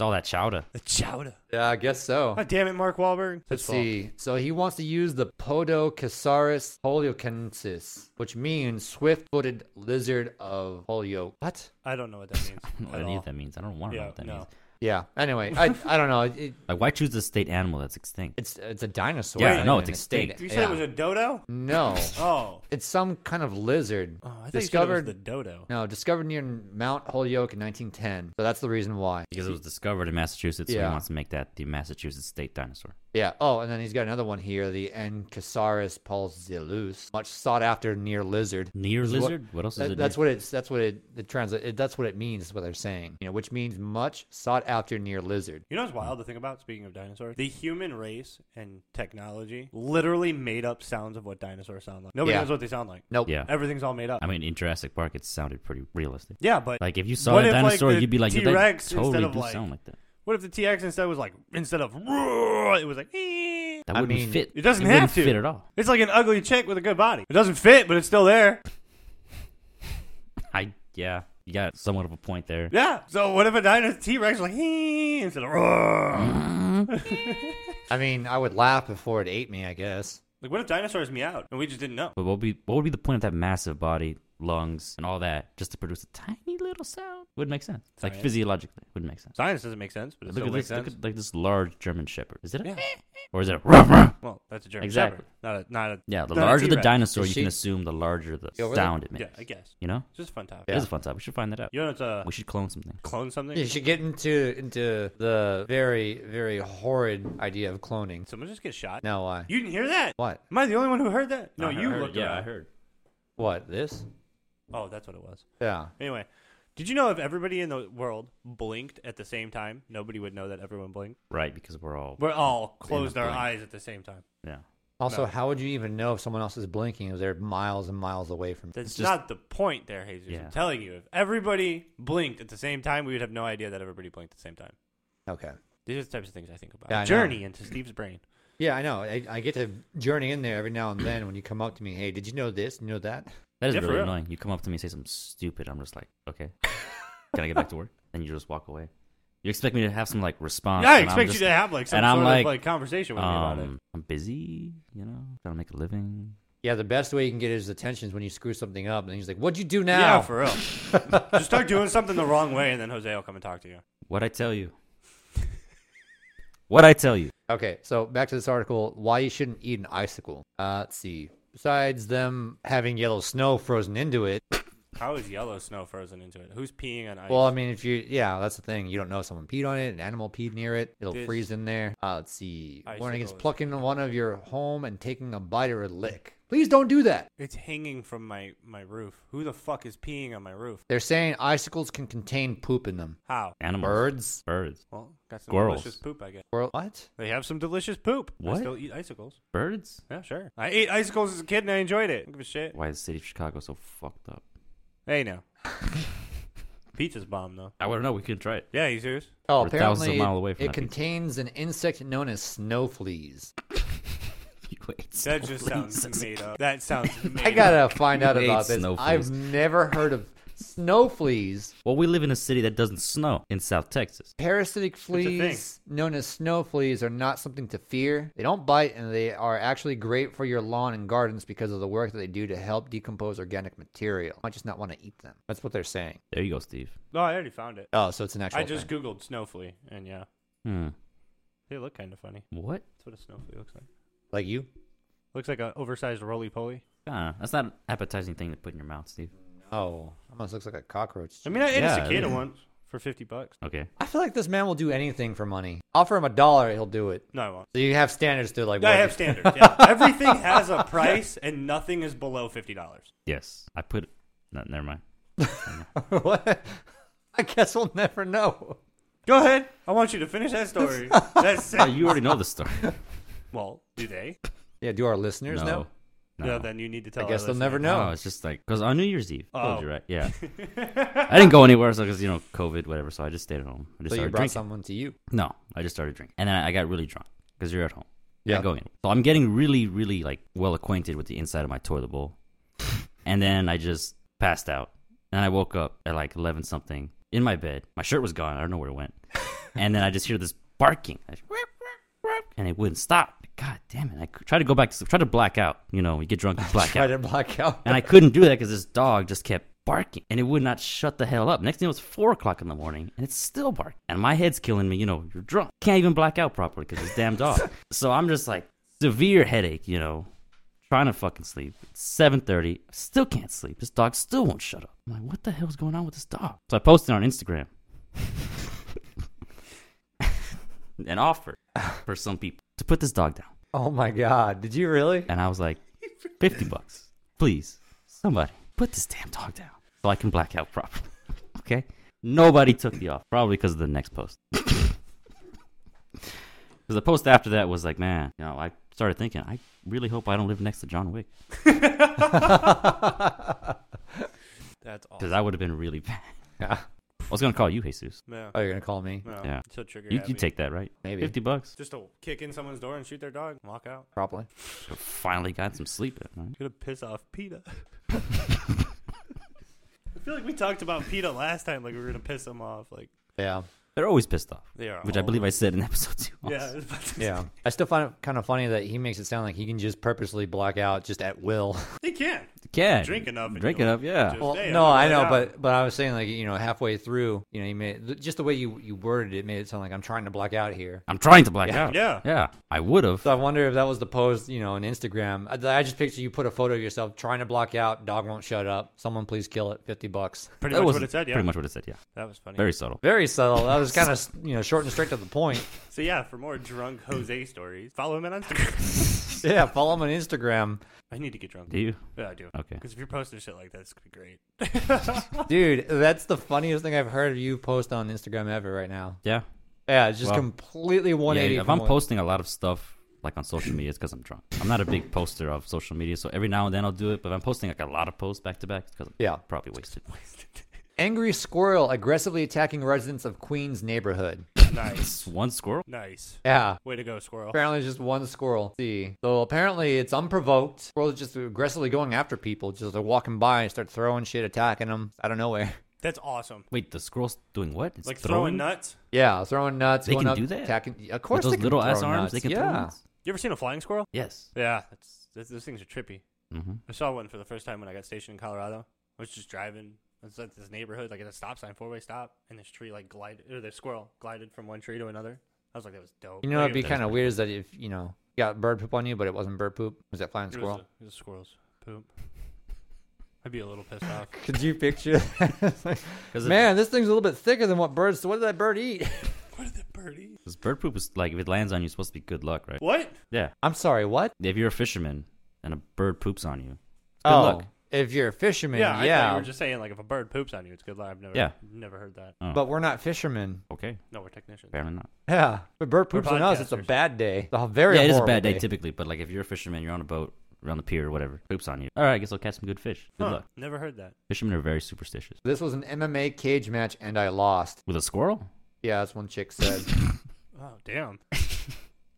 Speaker 3: All that chowder.
Speaker 2: the chowder.
Speaker 1: *laughs* yeah, I guess so.
Speaker 2: God damn it, Mark Wahlberg.
Speaker 1: Let's
Speaker 2: His fault.
Speaker 1: see. So he wants to use the Podocasaurus holiokensis, which means swift-footed lizard of Holyoke. What?
Speaker 2: I don't know what that means.
Speaker 3: *laughs* I don't know
Speaker 2: at
Speaker 3: what any
Speaker 2: all.
Speaker 3: of that means. I don't want to
Speaker 2: Yeah,
Speaker 3: know what that
Speaker 2: no.
Speaker 3: means.
Speaker 1: Yeah. Anyway,
Speaker 3: *laughs*
Speaker 1: I I don't know. It,
Speaker 3: Like, why choose the state animal that's extinct?
Speaker 1: It's it's a dinosaur.
Speaker 3: Yeah,
Speaker 1: not
Speaker 3: no,
Speaker 1: even
Speaker 3: it's
Speaker 1: a state-
Speaker 3: extinct.
Speaker 2: You said
Speaker 1: yeah.
Speaker 2: it was a dodo?
Speaker 1: no.
Speaker 2: Oh.
Speaker 1: It's some kind of lizard
Speaker 2: Oh, I thought
Speaker 1: discovered.
Speaker 2: you said it was the dodo.
Speaker 1: No, discovered near Mount Holyoke in 1910. So that's the reason why.
Speaker 3: Because it was discovered in Massachusetts, so
Speaker 1: Yeah.
Speaker 3: he wants to make that the Massachusetts state dinosaur.
Speaker 1: Yeah. Oh, and then he's got another one here, the Anchisaurus paulzilus, much sought after near lizard.
Speaker 3: Near
Speaker 1: That's what-
Speaker 3: lizard? What, else is
Speaker 1: That-
Speaker 3: it?
Speaker 1: that's
Speaker 3: near?
Speaker 1: what it's. That's what it, it translates. It, that's what it means. Is what they're saying. You know, which means much sought after near lizard.
Speaker 2: You know what's wild to think about, speaking of dinosaurs? The human race and technology literally made up sounds of what dinosaurs sound like. Nobody
Speaker 1: Yeah.
Speaker 2: knows what they sound like.
Speaker 1: Nope.
Speaker 3: Yeah.
Speaker 2: Everything's all made up.
Speaker 3: I mean, in Jurassic Park, it sounded pretty realistic.
Speaker 2: yeah, but
Speaker 3: Like, if you saw
Speaker 2: What
Speaker 3: a
Speaker 2: if, like,
Speaker 3: dinosaur,
Speaker 2: the
Speaker 3: you'd be like, yeah, that
Speaker 2: T-Rex instead
Speaker 3: totally
Speaker 2: of,
Speaker 3: do
Speaker 2: like-
Speaker 3: sound like that.
Speaker 2: what if the TX instead was like, instead of roar, it was like, "Eh."
Speaker 3: That
Speaker 1: I
Speaker 3: wouldn't
Speaker 1: mean,
Speaker 3: fit.
Speaker 2: it doesn't
Speaker 3: wouldn't
Speaker 2: have to.
Speaker 3: fit at all.
Speaker 2: It's like an ugly chick with a good body. It doesn't fit, but it's still
Speaker 3: *laughs*
Speaker 2: there.
Speaker 3: I, yeah. You got somewhat of a point there.
Speaker 2: Yeah. So what if a dinosaur T Rex was like "Eh," instead of
Speaker 3: *laughs*
Speaker 2: roar?
Speaker 1: I mean, I would laugh before it ate me. I guess.
Speaker 2: Like what if dinosaurs meowed and we just didn't know?
Speaker 3: But what would be what would be the point of that massive body, lungs, and all that just to produce a tiny little sound? Would make sense. Like
Speaker 2: Science.
Speaker 3: physiologically, would make sense.
Speaker 2: Science doesn't make sense, but it
Speaker 3: Look
Speaker 2: still
Speaker 3: at
Speaker 2: makes
Speaker 3: this.
Speaker 2: sense.
Speaker 3: Look at like this large German Shepherd. Is it a
Speaker 2: Yeah.
Speaker 3: or is it a *laughs* ruff, ruff?
Speaker 2: Well, that's a German
Speaker 3: Exactly.
Speaker 2: Shepherd. Not a not a
Speaker 3: Yeah, the
Speaker 2: not a
Speaker 3: larger the
Speaker 2: T-Rex.
Speaker 3: dinosaur,
Speaker 1: Is
Speaker 3: you
Speaker 1: she-
Speaker 3: can assume the larger the
Speaker 1: Yeah, really?
Speaker 3: sound it makes.
Speaker 2: Yeah, I guess.
Speaker 3: You know,
Speaker 2: It's just a fun topic.
Speaker 3: it
Speaker 1: Yeah.
Speaker 3: is a fun topic. We should find that out.
Speaker 2: You know it's a
Speaker 3: We should clone something.
Speaker 2: clone something?
Speaker 1: You should get into into the very very horrid idea of cloning.
Speaker 2: Someone just get shot.
Speaker 1: Now why?
Speaker 2: You didn't hear that?
Speaker 1: What?
Speaker 2: Am I the only one who heard that? No,
Speaker 3: I
Speaker 2: you
Speaker 3: heard-
Speaker 2: looked
Speaker 3: Yeah,
Speaker 2: around.
Speaker 3: I heard.
Speaker 1: What? This?
Speaker 2: Oh, that's what it was.
Speaker 1: Yeah.
Speaker 2: Anyway, did you know if everybody in the world blinked at the same time, nobody would know that everyone blinked?
Speaker 3: Right, because we're all
Speaker 2: We're all closed our
Speaker 3: blink.
Speaker 2: eyes at the same time.
Speaker 3: yeah.
Speaker 1: Also, how would you even know if someone else is blinking if they're miles and miles away from you?
Speaker 2: That's
Speaker 3: just-
Speaker 2: not the point there, Jesus.
Speaker 3: Yeah.
Speaker 2: I'm telling you, if everybody blinked at the same time, we would have no idea that everybody blinked at the same time.
Speaker 1: Okay.
Speaker 2: These are the types of things I think about.
Speaker 1: Yeah, I know.
Speaker 2: Journey into Steve's brain.
Speaker 1: Yeah, I know. I, I get to journey in there every now and then when you come up to me. Hey, did you know this? You know that?
Speaker 3: That is
Speaker 2: Yeah, for
Speaker 3: really
Speaker 2: real.
Speaker 3: annoying. You come up to me and say something stupid. I'm just like, okay, can I get back to work? And you just walk away. You expect me to have some like response.
Speaker 2: yeah, I
Speaker 3: and I'm
Speaker 2: expect
Speaker 3: just-
Speaker 2: you to have like some
Speaker 3: and I'm
Speaker 2: sort
Speaker 3: like,
Speaker 2: of like conversation with me about it.
Speaker 3: Um, I'm busy, you know, trying to make a living.
Speaker 1: Yeah, the best way you can get his attention is when you screw something up, and he's like, "What'd you do now?"
Speaker 2: Yeah, for real.
Speaker 3: *laughs*
Speaker 2: Just start doing something the wrong way, and then Jose will come and talk to you.
Speaker 3: What I
Speaker 2: *laughs*
Speaker 3: tell you? what I tell you?
Speaker 1: Okay, so back to this article: why you shouldn't eat an icicle. Uh, let's see. Besides them having yellow snow frozen into it,
Speaker 2: How is yellow snow frozen into it? Who's peeing on ice?
Speaker 1: Well, I mean, if you, yeah, that's the thing. You don't know if someone peed on it, an animal peed near it. It'll
Speaker 2: This-
Speaker 1: freeze in there. Uh, let's see. Warning against
Speaker 2: Icicles.
Speaker 1: plucking one of your home and taking a bite or a lick. Please don't do that.
Speaker 2: it's hanging from my my roof. Who the fuck is peeing on my roof?
Speaker 1: They're saying icicles can contain poop in them.
Speaker 2: How?
Speaker 3: Animals.
Speaker 1: Birds?
Speaker 3: Birds.
Speaker 2: Well, got some
Speaker 3: Squirrels.
Speaker 2: delicious poop, I guess.
Speaker 1: Or- What?
Speaker 2: They have some delicious poop.
Speaker 3: What?
Speaker 2: I still eat icicles.
Speaker 3: Birds?
Speaker 2: Yeah, sure.
Speaker 3: *laughs*
Speaker 2: I ate icicles as a kid and I enjoyed it. Don't give a shit.
Speaker 3: Why is the city of Chicago so fucked up?
Speaker 2: Hey, now. Pizza's bomb, though.
Speaker 3: I wouldn't know. We couldn't try it.
Speaker 2: Yeah, you
Speaker 3: *laughs*
Speaker 2: serious?
Speaker 1: Oh,
Speaker 3: We're thousands of
Speaker 1: apparently
Speaker 3: mile away
Speaker 1: it,
Speaker 3: from
Speaker 1: it
Speaker 3: that pizza.
Speaker 1: contains an insect known as snow
Speaker 3: *laughs*
Speaker 1: fleas.
Speaker 2: That
Speaker 3: *laughs*
Speaker 2: just sounds made up. That sounds made
Speaker 1: I gotta find out
Speaker 3: Made
Speaker 1: about this.
Speaker 3: snow
Speaker 1: I've
Speaker 3: fleas.
Speaker 1: never heard of snow fleas,
Speaker 3: Well, we live in a city that doesn't snow in South Texas.
Speaker 1: parasitic fleas known as snow fleas are not something to fear. They don't bite and they are actually great for your lawn and gardens because of the work that they do to help decompose organic material. I just not want to eat them. That's what they're saying.
Speaker 3: There you go, Steve.
Speaker 2: No, I already found it.
Speaker 1: Oh, so it's an actual
Speaker 2: I just
Speaker 1: thing.
Speaker 2: googled snow flea, and yeah,
Speaker 3: Hmm.
Speaker 2: they look kind of funny.
Speaker 3: What?
Speaker 2: That's what a snow flea looks like.
Speaker 1: like you.
Speaker 2: Looks like an oversized roly poly.
Speaker 3: Ah, that's not an appetizing thing to put in your mouth, Steve.
Speaker 1: Oh, almost looks like a cockroach.
Speaker 2: I mean, I ate
Speaker 3: Yeah,
Speaker 2: a cicada
Speaker 3: yeah.
Speaker 2: once for fifty bucks.
Speaker 3: Okay.
Speaker 1: I feel like this man will do anything for money. Offer him a dollar, he'll do it.
Speaker 2: No, I won't.
Speaker 1: So you have standards to like.
Speaker 2: I
Speaker 1: what-
Speaker 2: have standards. Yeah. Everything has a price, and nothing is below fifty dollars.
Speaker 3: Yes. I put. No, never mind.
Speaker 1: *laughs* what? I guess we'll never know.
Speaker 2: Go ahead. I want you to finish that story. That's
Speaker 3: Oh,
Speaker 2: it.
Speaker 3: you already know the *laughs* story.
Speaker 2: Well, do they?
Speaker 1: Yeah, do our listeners know?
Speaker 3: No.
Speaker 2: No, then you need to tell.
Speaker 1: I guess
Speaker 2: our
Speaker 1: they'll never
Speaker 2: listeners.
Speaker 1: know.
Speaker 3: No, Oh, it's just like because on New Year's Eve,
Speaker 2: Oh.
Speaker 3: told you right, yeah. I didn't go anywhere, so because you know COVID, whatever. So I just stayed at home. I just
Speaker 1: so you
Speaker 3: started
Speaker 1: brought
Speaker 3: drinking.
Speaker 1: someone to you.
Speaker 3: No, I just started drinking, and then I got really drunk because you're at home.
Speaker 1: Yeah.
Speaker 3: Yeah, going. So I'm getting really, really like well acquainted with the inside of my toilet bowl, and then I just passed out, and I woke up at like eleven something in my bed. My shirt was gone. I don't know where it went, and then I just hear this barking, I just, and it wouldn't stop. God damn it! I c- tried to go back to sleep, tried to black out. You know, you get drunk, you
Speaker 1: *laughs*
Speaker 3: black
Speaker 1: Try
Speaker 3: out,
Speaker 1: to black out.
Speaker 3: and I couldn't do that because this dog just kept barking, and it would not shut the hell up. Next thing it was four o'clock in the morning, and it's still barking, and my head's killing me. You know, you're drunk, can't even black out properly because this damn dog. so I'm just like severe headache. You know, trying to fucking sleep. Seven thirty, still can't sleep. This dog still won't shut up. I'm like, what the hell's going on with this dog? So I posted on Instagram *laughs* an offer for some people to put this dog down
Speaker 1: oh my god, did you
Speaker 3: *laughs*
Speaker 1: really? *laughs*
Speaker 3: and I was
Speaker 2: *laughs*
Speaker 3: like, 50 bucks. Please, somebody, put this damn dog down so I can black out properly. *laughs* okay? Nobody took the off, probably because of the next post. *laughs* Because the post after that was like, man, you know, I started thinking, I really hope I don't live next to John Wick
Speaker 2: That's all.
Speaker 3: because that would have been really bad.
Speaker 1: Yeah.
Speaker 3: I was going to call you, Jesus.
Speaker 2: Yeah.
Speaker 1: Oh, you're gonna call me?
Speaker 2: No,
Speaker 3: Yeah.
Speaker 2: So trigger
Speaker 3: You, you
Speaker 2: happy.
Speaker 3: take that, right?
Speaker 1: Maybe.
Speaker 3: 50 bucks.
Speaker 2: just to kick in someone's door and shoot their dog, and walk out.
Speaker 1: Probably.
Speaker 3: Finally got some sleep. at night. *laughs*
Speaker 2: Gonna piss off PETA. I feel like we talked about PETA last time, like we were gonna piss them off. Like
Speaker 1: Yeah.
Speaker 3: They're always pissed off,
Speaker 2: they are.
Speaker 3: which I
Speaker 2: all-
Speaker 3: believe I said in episode two. also.
Speaker 2: Yeah. I *laughs* was about
Speaker 1: *laughs*
Speaker 2: to-
Speaker 1: Yeah. I still find it kind of funny that he makes it sound like he can just purposely black out just at will.
Speaker 2: They can.
Speaker 3: Yeah.
Speaker 2: Drink enough and
Speaker 3: Drink
Speaker 2: you'll
Speaker 3: enough, yeah.
Speaker 2: just-
Speaker 1: Well,
Speaker 2: Hey,
Speaker 1: no, I
Speaker 2: I'm
Speaker 1: know,
Speaker 2: blacked out.
Speaker 1: but but I was saying like you know halfway through, you know, you made th- just the way you you worded it made it sound like I'm trying to black out here.
Speaker 3: I'm trying to black
Speaker 1: Yeah.
Speaker 3: out.
Speaker 2: Yeah.
Speaker 3: Oh. Yeah. I would have.
Speaker 1: So I wonder if that was the post, you know, on Instagram. I, I just picture you put a photo of yourself trying to block out. Dog won't shut up. Someone please kill it. Fifty bucks.
Speaker 2: Pretty
Speaker 3: That
Speaker 2: much
Speaker 3: was
Speaker 2: what it said. Yeah.
Speaker 3: Pretty much what it said, yeah.
Speaker 2: That was funny.
Speaker 3: Very subtle.
Speaker 1: Very subtle. That was kind of *laughs* you know short and straight to the point.
Speaker 2: So yeah, for more drunk Jose stories, follow him on Instagram. *laughs*
Speaker 1: Yeah, follow him on Instagram,
Speaker 2: I need to get drunk.
Speaker 3: Do you?
Speaker 2: Yeah, I do.
Speaker 3: Okay.
Speaker 2: Because if you're posting shit like that, it's gonna be great.
Speaker 1: dude. That's the funniest thing I've heard you post on Instagram ever right now.
Speaker 3: Yeah.
Speaker 1: Yeah, it's just
Speaker 3: Well,
Speaker 1: completely one
Speaker 3: yeah
Speaker 1: eighty.
Speaker 3: if I'm posting a lot of stuff like on social media, it's because I'm drunk. I'm not a big poster of social media, so every now and then I'll do it. But if I'm posting like a lot of posts back to back, it's because I'm
Speaker 1: Yeah.
Speaker 3: probably wasted.
Speaker 1: angry squirrel aggressively attacking residents of Queens neighborhood.
Speaker 2: nice.
Speaker 3: One squirrel?
Speaker 2: Nice.
Speaker 1: Yeah.
Speaker 2: Way to go, squirrel.
Speaker 1: Apparently, it's just one squirrel. See, so apparently it's unprovoked. Squirrels just aggressively going after people, just like walking by and start throwing shit, attacking them out of nowhere. *laughs*
Speaker 2: That's awesome.
Speaker 3: Wait, the squirrel's doing what? It's
Speaker 2: Like throwing nuts.
Speaker 1: Yeah, throwing nuts.
Speaker 3: They
Speaker 1: going
Speaker 3: can
Speaker 1: up,
Speaker 3: do that?
Speaker 1: Attacking. Of
Speaker 3: With
Speaker 1: course,
Speaker 3: those
Speaker 1: they can
Speaker 3: little
Speaker 1: throw
Speaker 3: ass arms,
Speaker 1: nuts.
Speaker 3: they can
Speaker 1: yeah.
Speaker 3: throw nuts.
Speaker 2: You ever seen a flying squirrel?
Speaker 3: Yes.
Speaker 2: Yeah, that's, that's, those things are trippy.
Speaker 3: Mm-hmm.
Speaker 2: I saw one for the first time when I got stationed in Colorado. I was just driving. I was at this neighborhood, like at a stop sign, four way stop, and this tree like glided, or this squirrel glided from one tree to another. I was like, that was dope.
Speaker 1: You know,
Speaker 2: like,
Speaker 1: it'd be
Speaker 2: it was-
Speaker 1: kind of weird is that if you know you got bird poop on you, but it wasn't bird poop. Was that flying
Speaker 2: it was,
Speaker 1: squirrel?
Speaker 2: a- it was squirrels poop. *laughs* I'd be a little pissed off.
Speaker 1: Could you picture? that? *laughs* Man, this thing's a little bit thicker than what birds. What did that bird eat? *laughs*
Speaker 2: What did the birdie?
Speaker 3: Because bird poop is like, if it lands on you, it's supposed to be good luck, right?
Speaker 2: What?
Speaker 3: Yeah.
Speaker 1: I'm sorry. What?
Speaker 3: If you're a fisherman and a bird poops on you, it's good
Speaker 1: oh,
Speaker 3: luck.
Speaker 1: if you're a fisherman,
Speaker 2: yeah,
Speaker 1: yeah.
Speaker 2: I thought you were just saying like if a bird poops on you, it's good luck. I've never,
Speaker 3: Yeah.
Speaker 2: never heard that.
Speaker 3: Oh,
Speaker 1: But we're not fishermen.
Speaker 3: okay.
Speaker 2: No, we're technicians.
Speaker 3: Apparently not.
Speaker 1: Yeah, but bird poops on us. It's a
Speaker 2: podcasters.
Speaker 1: bad day. A very
Speaker 3: yeah, it is a
Speaker 1: horrible
Speaker 3: bad day, typically, but like if you're a fisherman, you're on a boat, you're on the pier, whatever, poops on you. All right, I guess I'll catch some good fish. Good
Speaker 2: Huh,
Speaker 3: luck.
Speaker 2: Never heard that.
Speaker 3: Fishermen are very superstitious.
Speaker 1: This was an MMA cage match and I lost.
Speaker 3: With a squirrel?
Speaker 2: *laughs*
Speaker 1: Yeah, that's one chick said.
Speaker 2: Oh damn.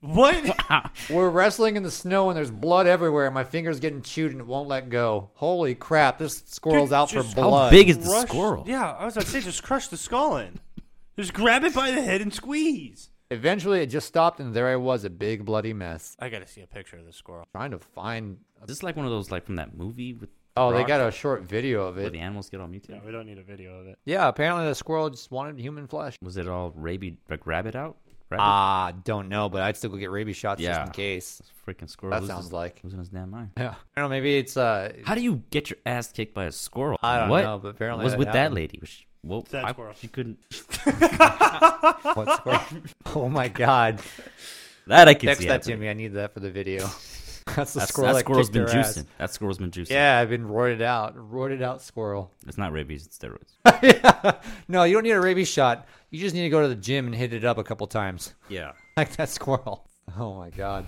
Speaker 2: What?
Speaker 1: *laughs* We're wrestling in the snow and there's blood everywhere. And my finger's getting chewed and it won't let go. Holy crap! This squirrel's
Speaker 2: Dude,
Speaker 1: out for
Speaker 2: just- How
Speaker 1: blood.
Speaker 3: How big is the
Speaker 2: Crush-
Speaker 3: squirrel?
Speaker 2: Yeah, I was about to say just crush the skull in. Just grab it by the head and squeeze.
Speaker 1: Eventually, it just stopped, and there I was, a big bloody mess,
Speaker 2: I gotta see a picture of the squirrel.
Speaker 1: trying to find.
Speaker 3: Is this like one of those like from that movie with
Speaker 1: Oh, they
Speaker 3: Rock,
Speaker 1: got a short video of
Speaker 3: where
Speaker 1: it.
Speaker 3: the animals get all mutated?
Speaker 2: we don't need a video of it.
Speaker 1: Yeah, apparently the squirrel just wanted human flesh.
Speaker 3: Was it all rabid like rabbit out? Rabbit?
Speaker 1: Ah, don't know, but I'd still go get rabies shots just
Speaker 3: Yeah.
Speaker 1: in case.
Speaker 3: This freaking squirrel.
Speaker 1: That
Speaker 3: loses-
Speaker 1: sounds like.
Speaker 3: losing his damn mind.
Speaker 1: Yeah, I don't know. Maybe it's uh,
Speaker 3: How do you get your ass kicked by a squirrel?
Speaker 1: I don't
Speaker 3: what
Speaker 1: know, but apparently
Speaker 3: was
Speaker 1: that
Speaker 3: with that
Speaker 1: happened.
Speaker 3: lady? Was she, well,
Speaker 2: that
Speaker 3: I-
Speaker 2: squirrel.
Speaker 3: she couldn't.
Speaker 1: what *laughs* squirrel? oh my god!
Speaker 3: That I can
Speaker 1: Text
Speaker 3: see.
Speaker 1: that to
Speaker 3: happening.
Speaker 1: me. I need that for the
Speaker 3: *laughs*
Speaker 1: video. *laughs* That's the
Speaker 3: That's,
Speaker 1: squirrel
Speaker 3: that
Speaker 1: that
Speaker 3: squirrel's
Speaker 1: kicked
Speaker 3: been
Speaker 1: her ass.
Speaker 3: juicing. That squirrel's been juicing.
Speaker 1: Yeah, I've been roided out. Roided out squirrel.
Speaker 3: It's not rabies. It's steroids.
Speaker 1: No, you don't need a rabies shot. You just need to go to the gym and hit it up a couple times. *laughs*
Speaker 3: yeah.
Speaker 1: like that squirrel. Oh my god.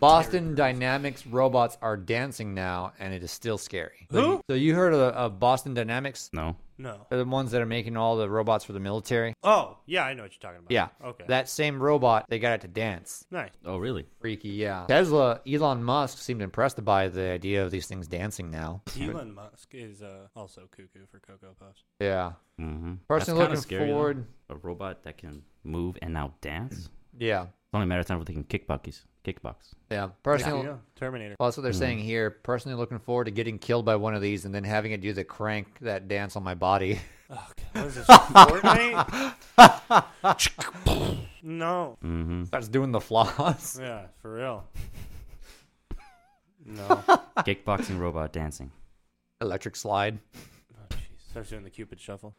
Speaker 1: Boston Dynamics robots are dancing now, and it is still scary.
Speaker 2: Who?
Speaker 1: So you heard of, of Boston Dynamics?
Speaker 3: No.
Speaker 2: No.
Speaker 1: They're the ones that are making all the robots for the military.
Speaker 2: Oh, yeah, I know what you're talking about.
Speaker 1: Yeah.
Speaker 2: Okay.
Speaker 1: That same robot, they got it to dance.
Speaker 2: nice. *laughs*
Speaker 3: Oh really?
Speaker 1: Freaky, yeah. Tesla, Elon Musk seemed impressed by the idea of these things dancing now.
Speaker 2: Elon Musk is uh, also cuckoo for Cocoa Puffs.
Speaker 1: Yeah.
Speaker 3: Mm-hmm.
Speaker 1: Personally looking forward.
Speaker 3: A robot that can move and now dance. It's
Speaker 1: Yeah.
Speaker 3: only a matter of time before they can kickbox. Kickbox.
Speaker 1: *laughs* Yeah.
Speaker 2: There
Speaker 1: Personally,
Speaker 2: you go. Terminator.
Speaker 1: well, that's
Speaker 3: Mm-hmm.
Speaker 1: what they're saying here. Personally looking forward to getting killed by one of these and then having it do the crank that dance on my body.
Speaker 2: Oh, God. What is this? Fortnite? *laughs* no.
Speaker 1: *laughs*
Speaker 3: Mm-hmm.
Speaker 1: Starts doing the floss.
Speaker 2: Yeah, for real. No.
Speaker 3: Kickboxing robot dancing.
Speaker 1: *laughs* Electric slide.
Speaker 2: Starts doing the Cupid shuffle.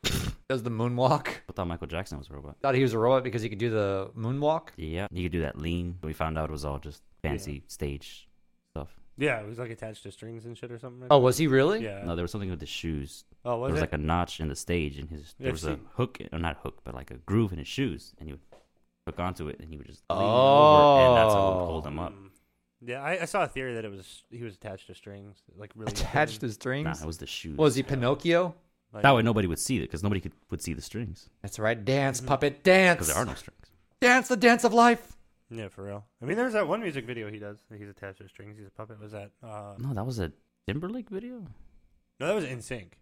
Speaker 1: Does the moonwalk.
Speaker 3: I thought Michael Jackson was a robot.
Speaker 1: Thought he was a robot because he could do the moonwalk.
Speaker 3: Yeah, you could do that lean. But we found out it was all just fancy stage stuff.
Speaker 2: Yeah, it was like attached to strings and shit or something. Right?
Speaker 1: Oh, was he really?
Speaker 2: yeah.
Speaker 3: No, there was something with the shoes.
Speaker 2: Oh,
Speaker 3: there
Speaker 2: was
Speaker 3: was
Speaker 2: it?
Speaker 3: like a notch in the stage, and his there
Speaker 2: I've
Speaker 3: was a
Speaker 2: seen-
Speaker 3: hook, or not hook, but like a groove in his shoes, and he would hook onto it, and he would just lean over, and that's
Speaker 1: Oh.
Speaker 3: how it would hold him up.
Speaker 2: Mm. Yeah, I, I saw a theory that it was he was attached to strings, like really
Speaker 1: Attached
Speaker 2: thin,
Speaker 1: to strings.
Speaker 3: Nah, it was the shoes.
Speaker 1: was he Pinocchio?
Speaker 2: like-
Speaker 3: that way nobody would see it because nobody could would see the strings
Speaker 1: That's right. Dance, puppet, dance.
Speaker 3: because there are no strings.
Speaker 1: Dance the dance of life.
Speaker 2: Yeah, for real. I mean, there's that one music video he does. that He's attached to strings. He's a puppet. Was that? Uh,
Speaker 3: No, that was a Timberlake video.
Speaker 2: no, that was In Sync.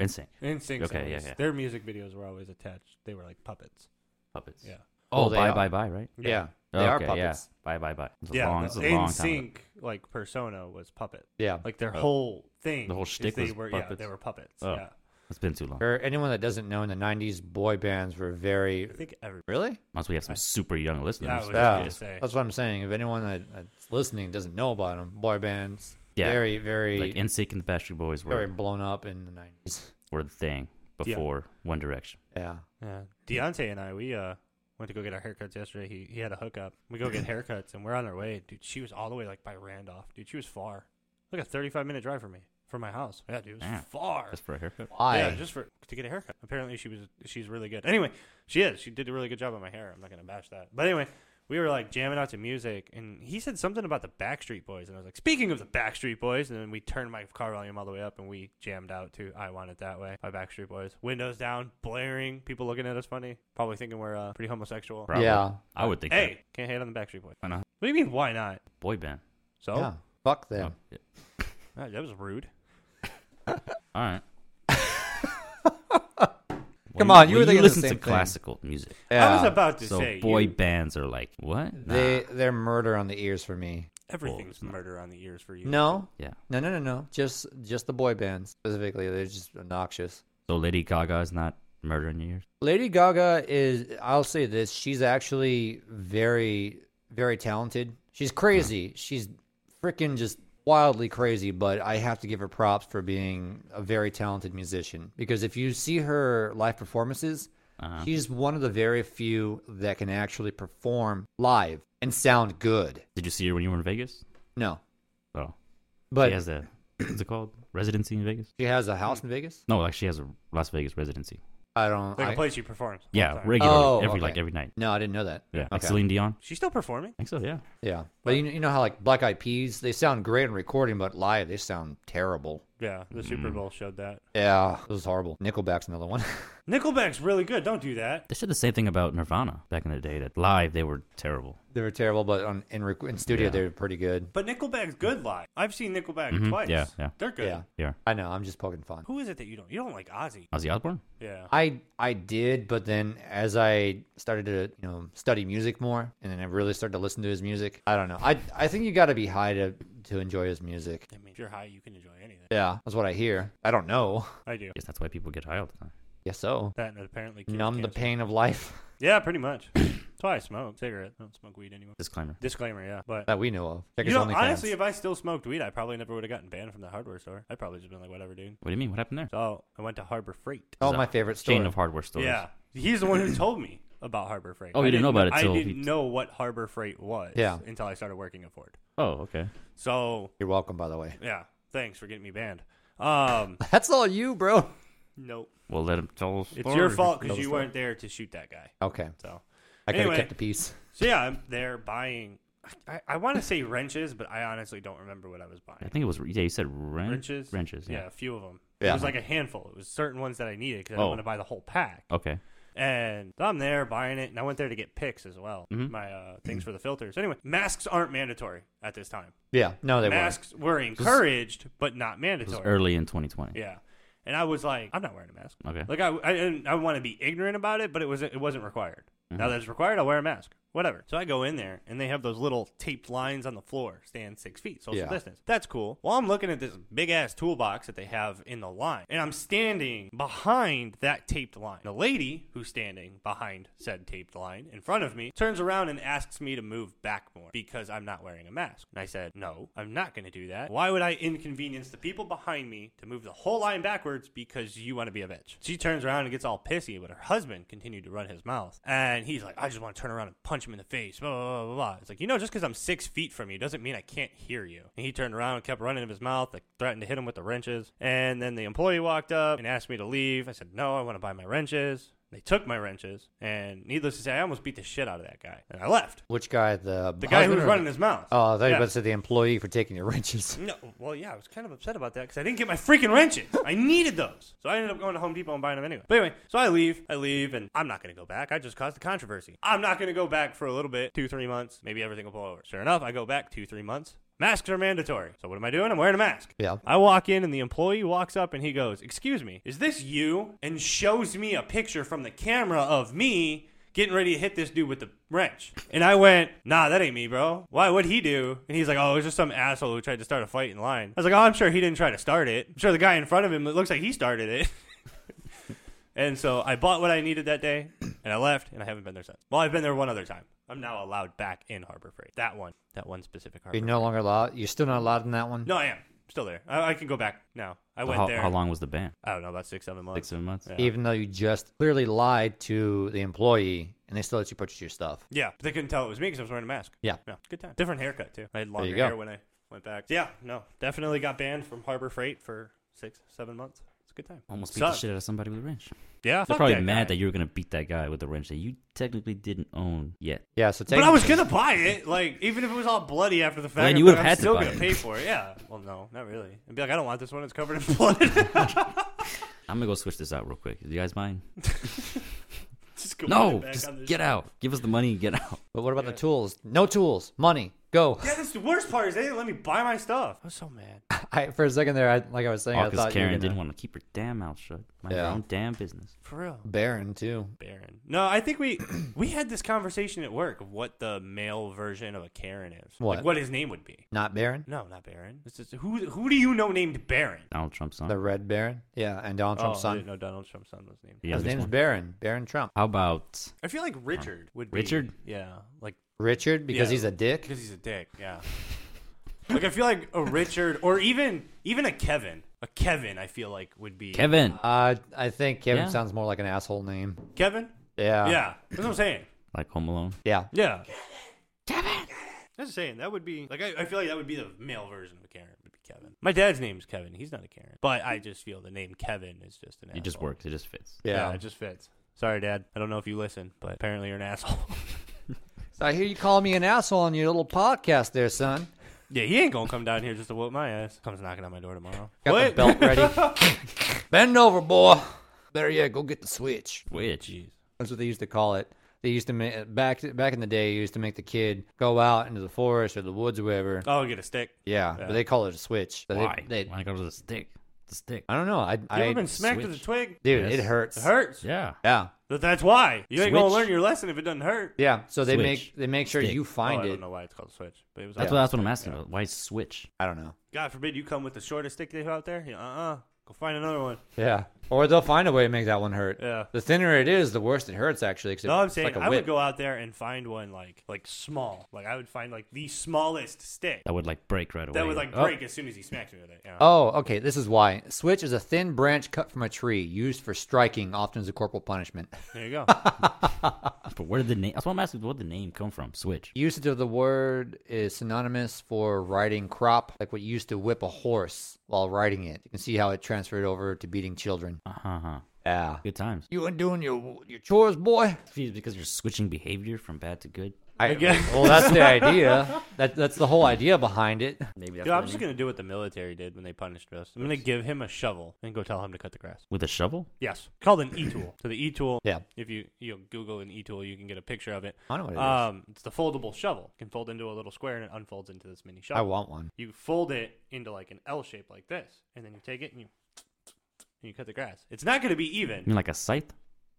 Speaker 3: Insane
Speaker 2: In Sync.
Speaker 3: Okay, yeah, yeah.
Speaker 2: Their music videos were always attached. They were like puppets.
Speaker 3: puppets.
Speaker 2: Yeah.
Speaker 3: Oh,
Speaker 1: Well, they
Speaker 3: bye
Speaker 1: are.
Speaker 3: bye bye, right?
Speaker 1: Yeah, they are puppets.
Speaker 3: Yeah. Bye bye bye. It was a
Speaker 2: yeah.
Speaker 3: long,
Speaker 2: no,
Speaker 3: it was a long
Speaker 2: In
Speaker 3: time ago.
Speaker 2: Sync like persona was puppet.
Speaker 1: Yeah.
Speaker 2: Like their
Speaker 3: Oh.
Speaker 2: whole thing.
Speaker 3: The whole
Speaker 2: is
Speaker 3: shtick
Speaker 2: they
Speaker 3: was
Speaker 2: were yeah
Speaker 3: puppets?
Speaker 2: they were puppets.
Speaker 3: Oh.
Speaker 2: Yeah.
Speaker 3: It's been too long.
Speaker 1: For anyone that doesn't know, in the '90s, boy bands were very
Speaker 2: I think every.
Speaker 1: really.
Speaker 3: Unless we have some super young listeners.
Speaker 2: Yeah, I was
Speaker 1: Yeah,
Speaker 2: gonna say.
Speaker 1: that's what I'm saying. If anyone that, that's listening doesn't know about them, boy bands,
Speaker 3: Yeah.
Speaker 1: very, very,
Speaker 3: like NSYNC and the Backstreet Boys
Speaker 1: very
Speaker 3: were,
Speaker 1: blown up in the '90s.
Speaker 3: were the thing before One Direction.
Speaker 1: Yeah.
Speaker 2: Yeah. Deontay and I, we uh went to go get our haircuts yesterday. He he had a hookup. We go
Speaker 3: *clears throat*
Speaker 2: get haircuts and we're on our way. Dude, she was all the way like by Randolph. Dude, she was far. Like a thirty five minute drive from me. From my house. Yeah, dude, it was
Speaker 3: Yeah.
Speaker 2: far.
Speaker 3: That's for a haircut.
Speaker 1: Why?
Speaker 2: Yeah, just for to get a haircut. Apparently she was she's really good. Anyway, she is. She did a really good job on my hair. I'm not gonna bash that. But anyway, we were like jamming out to music and he said something about the Backstreet Boys and I was like, Speaking of the Backstreet Boys and then we turned my car volume all the way up and we jammed out to I Want It That Way by Backstreet Boys. Windows down, blaring, people looking at us funny, probably thinking we're uh, pretty homosexual.
Speaker 3: Probably.
Speaker 1: Yeah.
Speaker 3: I would think.
Speaker 2: Hey, can't hate on the Backstreet Boys.
Speaker 3: Why not?
Speaker 2: What do you mean why not?
Speaker 3: that. boy band.
Speaker 2: So
Speaker 1: yeah. Fuck them.
Speaker 3: Oh, yeah.
Speaker 2: Uh, that was rude.
Speaker 3: All
Speaker 1: *laughs*
Speaker 3: right.
Speaker 1: Come on, you were
Speaker 3: when
Speaker 1: thinking the
Speaker 3: listen
Speaker 1: same
Speaker 3: to
Speaker 1: thing.
Speaker 3: classical music.
Speaker 1: Yeah.
Speaker 2: I was about to
Speaker 3: So
Speaker 2: say
Speaker 3: boy
Speaker 2: you-
Speaker 3: bands are like what? Nah.
Speaker 1: They they're murder on the ears for me.
Speaker 2: everything's
Speaker 3: Boys, no.
Speaker 2: murder on the ears for you.
Speaker 1: No,
Speaker 3: yeah.
Speaker 1: no, no, no, no. Just just the boy bands specifically. They're just obnoxious.
Speaker 3: So Lady Gaga is not murdering your ears.
Speaker 1: Lady Gaga is. I'll say this. She's actually very very talented. She's crazy. She's freaking just wildly crazy. But I have to give her props for being a very talented musician because if you see her live performances.
Speaker 3: Uh-huh.
Speaker 1: She's one of the very few that can actually perform live and sound good.
Speaker 3: Did you see her when you were in Vegas?
Speaker 1: No,
Speaker 3: Oh,
Speaker 1: but
Speaker 3: she has a what's it called residency in Vegas?
Speaker 1: she has a house in Vegas.
Speaker 3: No, like she has a Las Vegas residency.
Speaker 1: I don't.
Speaker 2: Like a
Speaker 1: I-
Speaker 2: place she performs. all the
Speaker 3: Yeah,
Speaker 2: time.
Speaker 3: regularly,
Speaker 1: Oh,
Speaker 3: every like
Speaker 1: okay.
Speaker 3: every night.
Speaker 1: No, I didn't know that.
Speaker 3: Yeah, like
Speaker 1: Okay.
Speaker 3: Celine Dion.
Speaker 2: She's still performing.
Speaker 3: I think so. Yeah.
Speaker 1: Yeah, but you, you know how like Black Eyed Peas, they sound great on recording, but live they sound terrible.
Speaker 3: Mm-hmm.
Speaker 2: Yeah, the Super Bowl showed that.
Speaker 1: Yeah, it was horrible. Nickelback's another one. *laughs*
Speaker 2: Nickelback's really good. Don't do that.
Speaker 3: They said the same thing about Nirvana back in the day. That live they were terrible.
Speaker 1: They were terrible, but on in, rec- in studio
Speaker 3: Yeah.
Speaker 1: they were pretty good.
Speaker 2: But Nickelback's good live. I've seen Nickelback
Speaker 3: Mhm,
Speaker 2: twice.
Speaker 3: yeah, yeah.
Speaker 2: They're good.
Speaker 1: Yeah,
Speaker 3: Yeah,
Speaker 1: I know. I'm just poking fun.
Speaker 2: Who is it that you don't? You don't like Ozzy.
Speaker 3: Ozzy Osbourne.
Speaker 2: Yeah.
Speaker 1: I I did, but then as I started to you know study music more, and then I really started to listen to his music. I don't know. I I think you got to be high to to enjoy his music.
Speaker 2: I mean, if you're high, you can enjoy anything.
Speaker 1: Yeah, that's what I hear. I don't know. *laughs*
Speaker 2: I do.
Speaker 3: I guess that's why people get high all the time.
Speaker 1: Yes, so
Speaker 2: That and apparently cures
Speaker 1: numb the
Speaker 2: cancer.
Speaker 1: pain of life *laughs*
Speaker 2: Yeah, pretty *coughs* much. That's why I smoke cigarette. I don't smoke weed anymore.
Speaker 3: Disclaimer.
Speaker 2: Disclaimer, yeah. But
Speaker 1: that we know of. Check
Speaker 2: you
Speaker 1: his
Speaker 2: know,
Speaker 1: OnlyFans.
Speaker 2: honestly, if I still smoked weed, I probably never would have gotten banned from the hardware store. I'd probably just been like, whatever, dude.
Speaker 3: What do you mean? What happened there?
Speaker 2: So I went to Harbor Freight.
Speaker 1: oh,
Speaker 3: It's a
Speaker 1: my favorite story.
Speaker 3: Chain of hardware stores.
Speaker 2: Yeah, he's the one who told me about Harbor Freight.
Speaker 3: Oh, you
Speaker 2: I
Speaker 3: didn't know about it
Speaker 2: I
Speaker 3: till
Speaker 2: didn't
Speaker 3: he-
Speaker 2: know what Harbor Freight was.
Speaker 1: Yeah.
Speaker 2: until I started working at Ford.
Speaker 3: Oh, okay.
Speaker 2: So
Speaker 1: You're welcome, by the way.
Speaker 2: yeah, thanks for getting me banned. Um,
Speaker 1: *laughs* That's all you, bro.
Speaker 2: nope,
Speaker 3: Well, let him tell. the
Speaker 2: it's
Speaker 3: story.
Speaker 2: your fault because
Speaker 1: Tell the
Speaker 2: you
Speaker 1: story.
Speaker 2: weren't there to shoot that guy.
Speaker 1: Okay,
Speaker 2: So
Speaker 1: I could have
Speaker 2: Anyway.
Speaker 1: kept the peace.
Speaker 2: so yeah, I'm there buying. I, I want to say wrenches, but I honestly don't remember what I was buying.
Speaker 3: I think it was. Yeah, you said wren-
Speaker 2: wrenches.
Speaker 3: Wrenches. Yeah.
Speaker 2: a few of them. It
Speaker 1: Yeah.
Speaker 2: was like a handful. It was certain ones that I needed because I
Speaker 3: Oh.
Speaker 2: didn't want to buy the whole pack.
Speaker 3: Okay.
Speaker 2: And I'm there buying it, and I went there to get picks as well.
Speaker 1: Mm-hmm.
Speaker 3: Mhm.
Speaker 2: My uh, things for the filters. Anyway, masks aren't mandatory at this time.
Speaker 1: Yeah, no, they weren't.
Speaker 2: masks were encouraged, but not
Speaker 3: It was
Speaker 2: mandatory.
Speaker 3: early in 2020.
Speaker 2: Yeah. And I was like, I'm not wearing a mask.
Speaker 3: Okay.
Speaker 2: Like I, I, didn't- I want to be ignorant about it, but it was it wasn't required.
Speaker 1: Mm-hmm.
Speaker 2: Now that it's required, I'll wear a mask. Whatever. So I go in there, and they have those little taped lines on the floor, stand six feet, social
Speaker 1: Yeah.
Speaker 2: distance. That's cool. While I'm looking at this big ass toolbox that they have in the line, and I'm standing behind that taped line. The lady who's standing behind said taped line in front of me turns around and asks me to move back more because I'm not wearing a mask. And I said, No, I'm not going to do that. Why would I inconvenience the people behind me to move the whole line backwards because you want to be a bitch? She turns around and gets all pissy, but her husband continued to run his mouth. And he's like, I just want to turn around and punch him in the face. Blah, blah, blah, blah, blah. It's like, you know, just because I'm six feet from you doesn't mean I can't hear you. And he turned around and kept running of his mouth, like threatened to hit him with the wrenches. And then the employee walked up and asked me to leave. I said, No, I want to buy my wrenches. They took my wrenches, and needless to say, I almost beat the shit out of that guy, and I left.
Speaker 1: Which guy? The
Speaker 2: The guy who
Speaker 1: husband
Speaker 2: was
Speaker 1: or-
Speaker 2: running his mouth.
Speaker 1: Oh, I thought you
Speaker 2: Yeah.
Speaker 1: were about to say the employee for taking your
Speaker 2: *laughs*
Speaker 1: wrenches.
Speaker 2: No, well, yeah, I was kind of upset about that because I didn't get my freaking wrenches. I needed those, so I ended up going to Home Depot and buying them anyway. But anyway, so I leave, I leave, and I'm not gonna go back. I just caused a controversy. I'm not gonna go back for a little bit, two, three months. Maybe everything will blow over. Sure enough, I go back two, three months. Masks are mandatory. So what am I doing? I'm wearing a mask.
Speaker 1: Yeah.
Speaker 2: I walk in and the employee walks up and he goes, "Excuse me, is this you?" and shows me a picture from the camera of me getting ready to hit this dude with the wrench. And I went, "Nah, that ain't me, bro. Why would he do?" And he's like, "Oh, it was just some asshole who tried to start a fight in line." I was like, "Oh, I'm sure he didn't try to start it. I'm sure the guy in front of him it looks like he started it." *laughs* and so I bought what I needed that day and I left and I haven't been there since. Well, I've been there one other time. I'm now allowed back in Harbor Freight. That one, that one specific Harbor.
Speaker 1: You're no longer allowed. You're still not allowed in that one.
Speaker 2: No, I am still there. I, I can go back now. I went
Speaker 3: How,
Speaker 2: there.
Speaker 3: how long was the ban?
Speaker 2: I don't know about six, seven months.
Speaker 3: Like seven months.
Speaker 2: Yeah.
Speaker 1: Even though you just clearly lied to the employee, and they still let you purchase your stuff.
Speaker 2: Yeah, they couldn't tell it was me because I was wearing a mask.
Speaker 1: Yeah.
Speaker 2: yeah, good time. Different haircut too. I had longer
Speaker 1: you go.
Speaker 2: hair when I went back. Yeah, no, definitely got banned from Harbor Freight for six, seven months. It's a good time.
Speaker 3: Almost beat the
Speaker 2: Sucked.
Speaker 3: shit out of somebody with a wrench.
Speaker 2: Yeah,
Speaker 3: They're
Speaker 2: fuck
Speaker 3: probably
Speaker 2: that
Speaker 3: mad
Speaker 2: guy.
Speaker 3: that you were gonna beat that guy with the wrench that you technically didn't own yet.
Speaker 1: Yeah. So
Speaker 2: But I was gonna buy it, like even if it was all bloody after the fact.
Speaker 3: then you
Speaker 2: but
Speaker 3: would've
Speaker 2: I'm
Speaker 3: had to
Speaker 2: still
Speaker 3: buy
Speaker 2: gonna
Speaker 3: it.
Speaker 2: pay for it. Yeah. Well, no, not really. I'd be like, I don't want this one. It's covered in *laughs* blood.
Speaker 3: I'm gonna go switch this out real quick. Do you guys mind?
Speaker 2: just go put it
Speaker 3: No,
Speaker 2: back
Speaker 3: just
Speaker 2: on this
Speaker 3: get out. Give us the money and get out.
Speaker 1: But what about the tools? No tools. Money. Go.
Speaker 2: Yeah, that's the worst part is they didn't let me buy my stuff. I was so mad.
Speaker 1: *laughs* I, for a second there, I, like I was saying, I
Speaker 3: Oh,
Speaker 1: thought
Speaker 3: because Karen
Speaker 1: you were
Speaker 3: didn't
Speaker 1: gonna-
Speaker 3: want to keep her damn mouth shut. Mind her
Speaker 1: Yeah.
Speaker 3: own damn business.
Speaker 2: For real.
Speaker 1: Baron too.
Speaker 2: Baron. No, I think we *clears throat* we had this conversation at work of what the male version of a Karen is. Like
Speaker 1: What?
Speaker 2: what his name would be.
Speaker 1: Not Baron.
Speaker 2: No, not Baron. It's just, who who do you know named Baron?
Speaker 3: Donald Trump's son.
Speaker 1: The Red Baron. Yeah, and Donald Trump's
Speaker 2: oh, I
Speaker 1: son.
Speaker 2: didn't know Donald Trump's son was named.
Speaker 3: yeah,
Speaker 1: His
Speaker 3: this
Speaker 1: name's
Speaker 3: one.
Speaker 1: Baron. Baron Trump.
Speaker 3: How about
Speaker 2: I feel like Richard would be
Speaker 3: Richard?
Speaker 2: Yeah, like
Speaker 1: Richard because
Speaker 2: Yeah.
Speaker 1: he's a dick.
Speaker 2: because he's a dick. Yeah. like I feel like a Richard or even even a Kevin. A Kevin I feel like would be
Speaker 3: Kevin?
Speaker 1: Uh, I think Kevin
Speaker 3: Yeah.
Speaker 1: sounds more like an asshole name.
Speaker 2: Kevin?
Speaker 1: Yeah.
Speaker 2: yeah. That's what I'm saying.
Speaker 3: Like Home Alone?
Speaker 1: Yeah.
Speaker 2: Yeah. Kevin. That's the saying. That would be like I, I feel like that would be the male version of a Karen. Would be Kevin. My dad's name's Kevin. He's not a Karen, but I just feel the name Kevin is just an.
Speaker 3: It just
Speaker 2: asshole.
Speaker 3: works. It just fits.
Speaker 1: Yeah.
Speaker 2: it just fits. Sorry, Dad. I don't know if you listen, but apparently you're an asshole. *laughs*
Speaker 1: So I hear you call me an asshole on your little podcast there, son.
Speaker 2: yeah, he ain't gonna come down here just to whoop my ass. Comes knocking on my door tomorrow.
Speaker 1: Got the belt
Speaker 2: What? *laughs*
Speaker 1: ready. Bend over, boy. Better yet, go get the switch.
Speaker 3: Switch.
Speaker 2: Jeez.
Speaker 1: That's what they used to call it. They used to make back back in the day. Used to make the kid go out into the forest or the woods, or wherever.
Speaker 2: Oh, get a stick.
Speaker 1: yeah,
Speaker 2: yeah.
Speaker 1: but they call it a switch. So they-
Speaker 3: Why?
Speaker 1: They,
Speaker 3: Why go to the stick? The stick.
Speaker 1: I don't know. I,
Speaker 2: You
Speaker 1: I
Speaker 2: ever been smacked with a
Speaker 3: switch.
Speaker 2: twig?
Speaker 1: dude,
Speaker 3: Yes.
Speaker 1: it hurts.
Speaker 2: It hurts.
Speaker 3: Yeah.
Speaker 1: Yeah,
Speaker 2: But that's why you ain't gonna
Speaker 3: Switch.
Speaker 2: learn your lesson if it doesn't hurt.
Speaker 1: yeah. So they
Speaker 3: Switch.
Speaker 1: make they make sure
Speaker 3: Stick.
Speaker 1: you
Speaker 2: Oh,
Speaker 1: find
Speaker 2: I
Speaker 1: it.
Speaker 2: don't know why it's called switch, but it was.
Speaker 3: That's
Speaker 2: like-
Speaker 3: what that's what I'm asking about. Why switch?
Speaker 1: I don't know.
Speaker 2: God forbid you come with the shortest stick they have out there. Yeah, uh uh. Go find another one.
Speaker 1: Yeah, or they'll find a way to make that one hurt.
Speaker 2: Yeah.
Speaker 1: The thinner it is, the worse it hurts. Actually, 'cause it-
Speaker 2: No, I'm
Speaker 1: it's
Speaker 2: saying
Speaker 1: like a
Speaker 2: I would
Speaker 1: whip.
Speaker 2: go out there and find one like like small. Like I would find like the smallest stick
Speaker 3: That would like break right away.
Speaker 2: that would like
Speaker 1: Oh.
Speaker 2: break as soon as he smacked me with it. Yeah.
Speaker 1: Oh, okay. This is why. Switch is a thin branch cut from a tree, used for striking, often as a corporal punishment. *laughs*
Speaker 2: There you go.
Speaker 3: But where did the name? That's what I'm asking. Where did the name come from? Switch.
Speaker 1: Usage of the word is synonymous for riding crop, like what you used to whip a horse while riding it. You can see how it transferred over to beating children.
Speaker 3: Uh huh. huh.
Speaker 1: Yeah.
Speaker 3: Good times.
Speaker 1: You ain't doing your your chores, boy.
Speaker 3: Confused because you're switching behavior from bad to good.
Speaker 1: I,
Speaker 2: guess.
Speaker 1: well, that's
Speaker 2: *laughs*
Speaker 1: the idea. That that's the whole idea behind it.
Speaker 3: Maybe that's
Speaker 2: Dude,
Speaker 3: what
Speaker 2: I'm
Speaker 3: it
Speaker 2: just
Speaker 3: means.
Speaker 2: gonna do what the military did when they punished us. I'm gonna give him a shovel and go tell him to cut the grass.
Speaker 3: with a shovel.
Speaker 2: Yes, called an
Speaker 1: *clears throat*
Speaker 2: e-tool. So the e-tool.
Speaker 1: Yeah.
Speaker 2: If you you know, Google an e-tool, you can get a picture of it.
Speaker 1: I know what it is.
Speaker 2: um, it's the foldable shovel. It can fold into a little square and it unfolds into this mini shovel.
Speaker 1: I want one.
Speaker 2: You fold it into like an L shape like this, and then you take it and you and you cut the grass. It's not gonna be
Speaker 3: You
Speaker 2: even.
Speaker 3: mean like a scythe?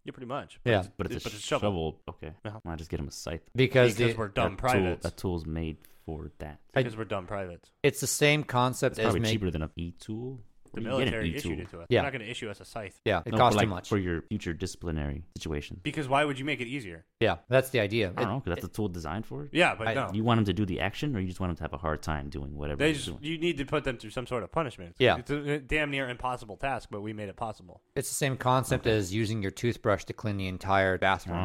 Speaker 2: Yeah, pretty much.
Speaker 1: Yeah,
Speaker 3: But it's, a, shovel. Okay. Why just get him a scythe?
Speaker 1: because,
Speaker 2: Because
Speaker 1: the,
Speaker 2: we're dumb
Speaker 3: that Tool,
Speaker 2: privates.
Speaker 3: that tool's made for that.
Speaker 1: I-
Speaker 2: because we're dumb privates.
Speaker 1: it's the same concept
Speaker 3: It's
Speaker 1: as
Speaker 3: probably
Speaker 1: make.
Speaker 3: cheaper than an e tool.
Speaker 2: The military issued it to us. Yeah.
Speaker 1: Yeah.
Speaker 2: They're not going to issue us a scythe.
Speaker 1: Yeah, it
Speaker 3: No,
Speaker 1: costs
Speaker 3: but, like,
Speaker 1: too much.
Speaker 3: for your future disciplinary situations.
Speaker 2: Because why would you make it easier?
Speaker 1: Yeah, that's the idea.
Speaker 3: I don't know
Speaker 1: It-
Speaker 3: because Oh, that's the tool designed for. it.
Speaker 2: Yeah, but
Speaker 1: I-
Speaker 2: no.
Speaker 3: You want him to do the action, or you just want him to have a hard time doing whatever
Speaker 2: They
Speaker 3: he's
Speaker 2: just
Speaker 3: doing.
Speaker 2: you need to put them through some sort of punishment.
Speaker 1: Yeah.
Speaker 2: it's a damn near impossible task, but we made it possible.
Speaker 1: It's the same concept as using your toothbrush to clean the entire
Speaker 3: Oh,
Speaker 1: bathroom.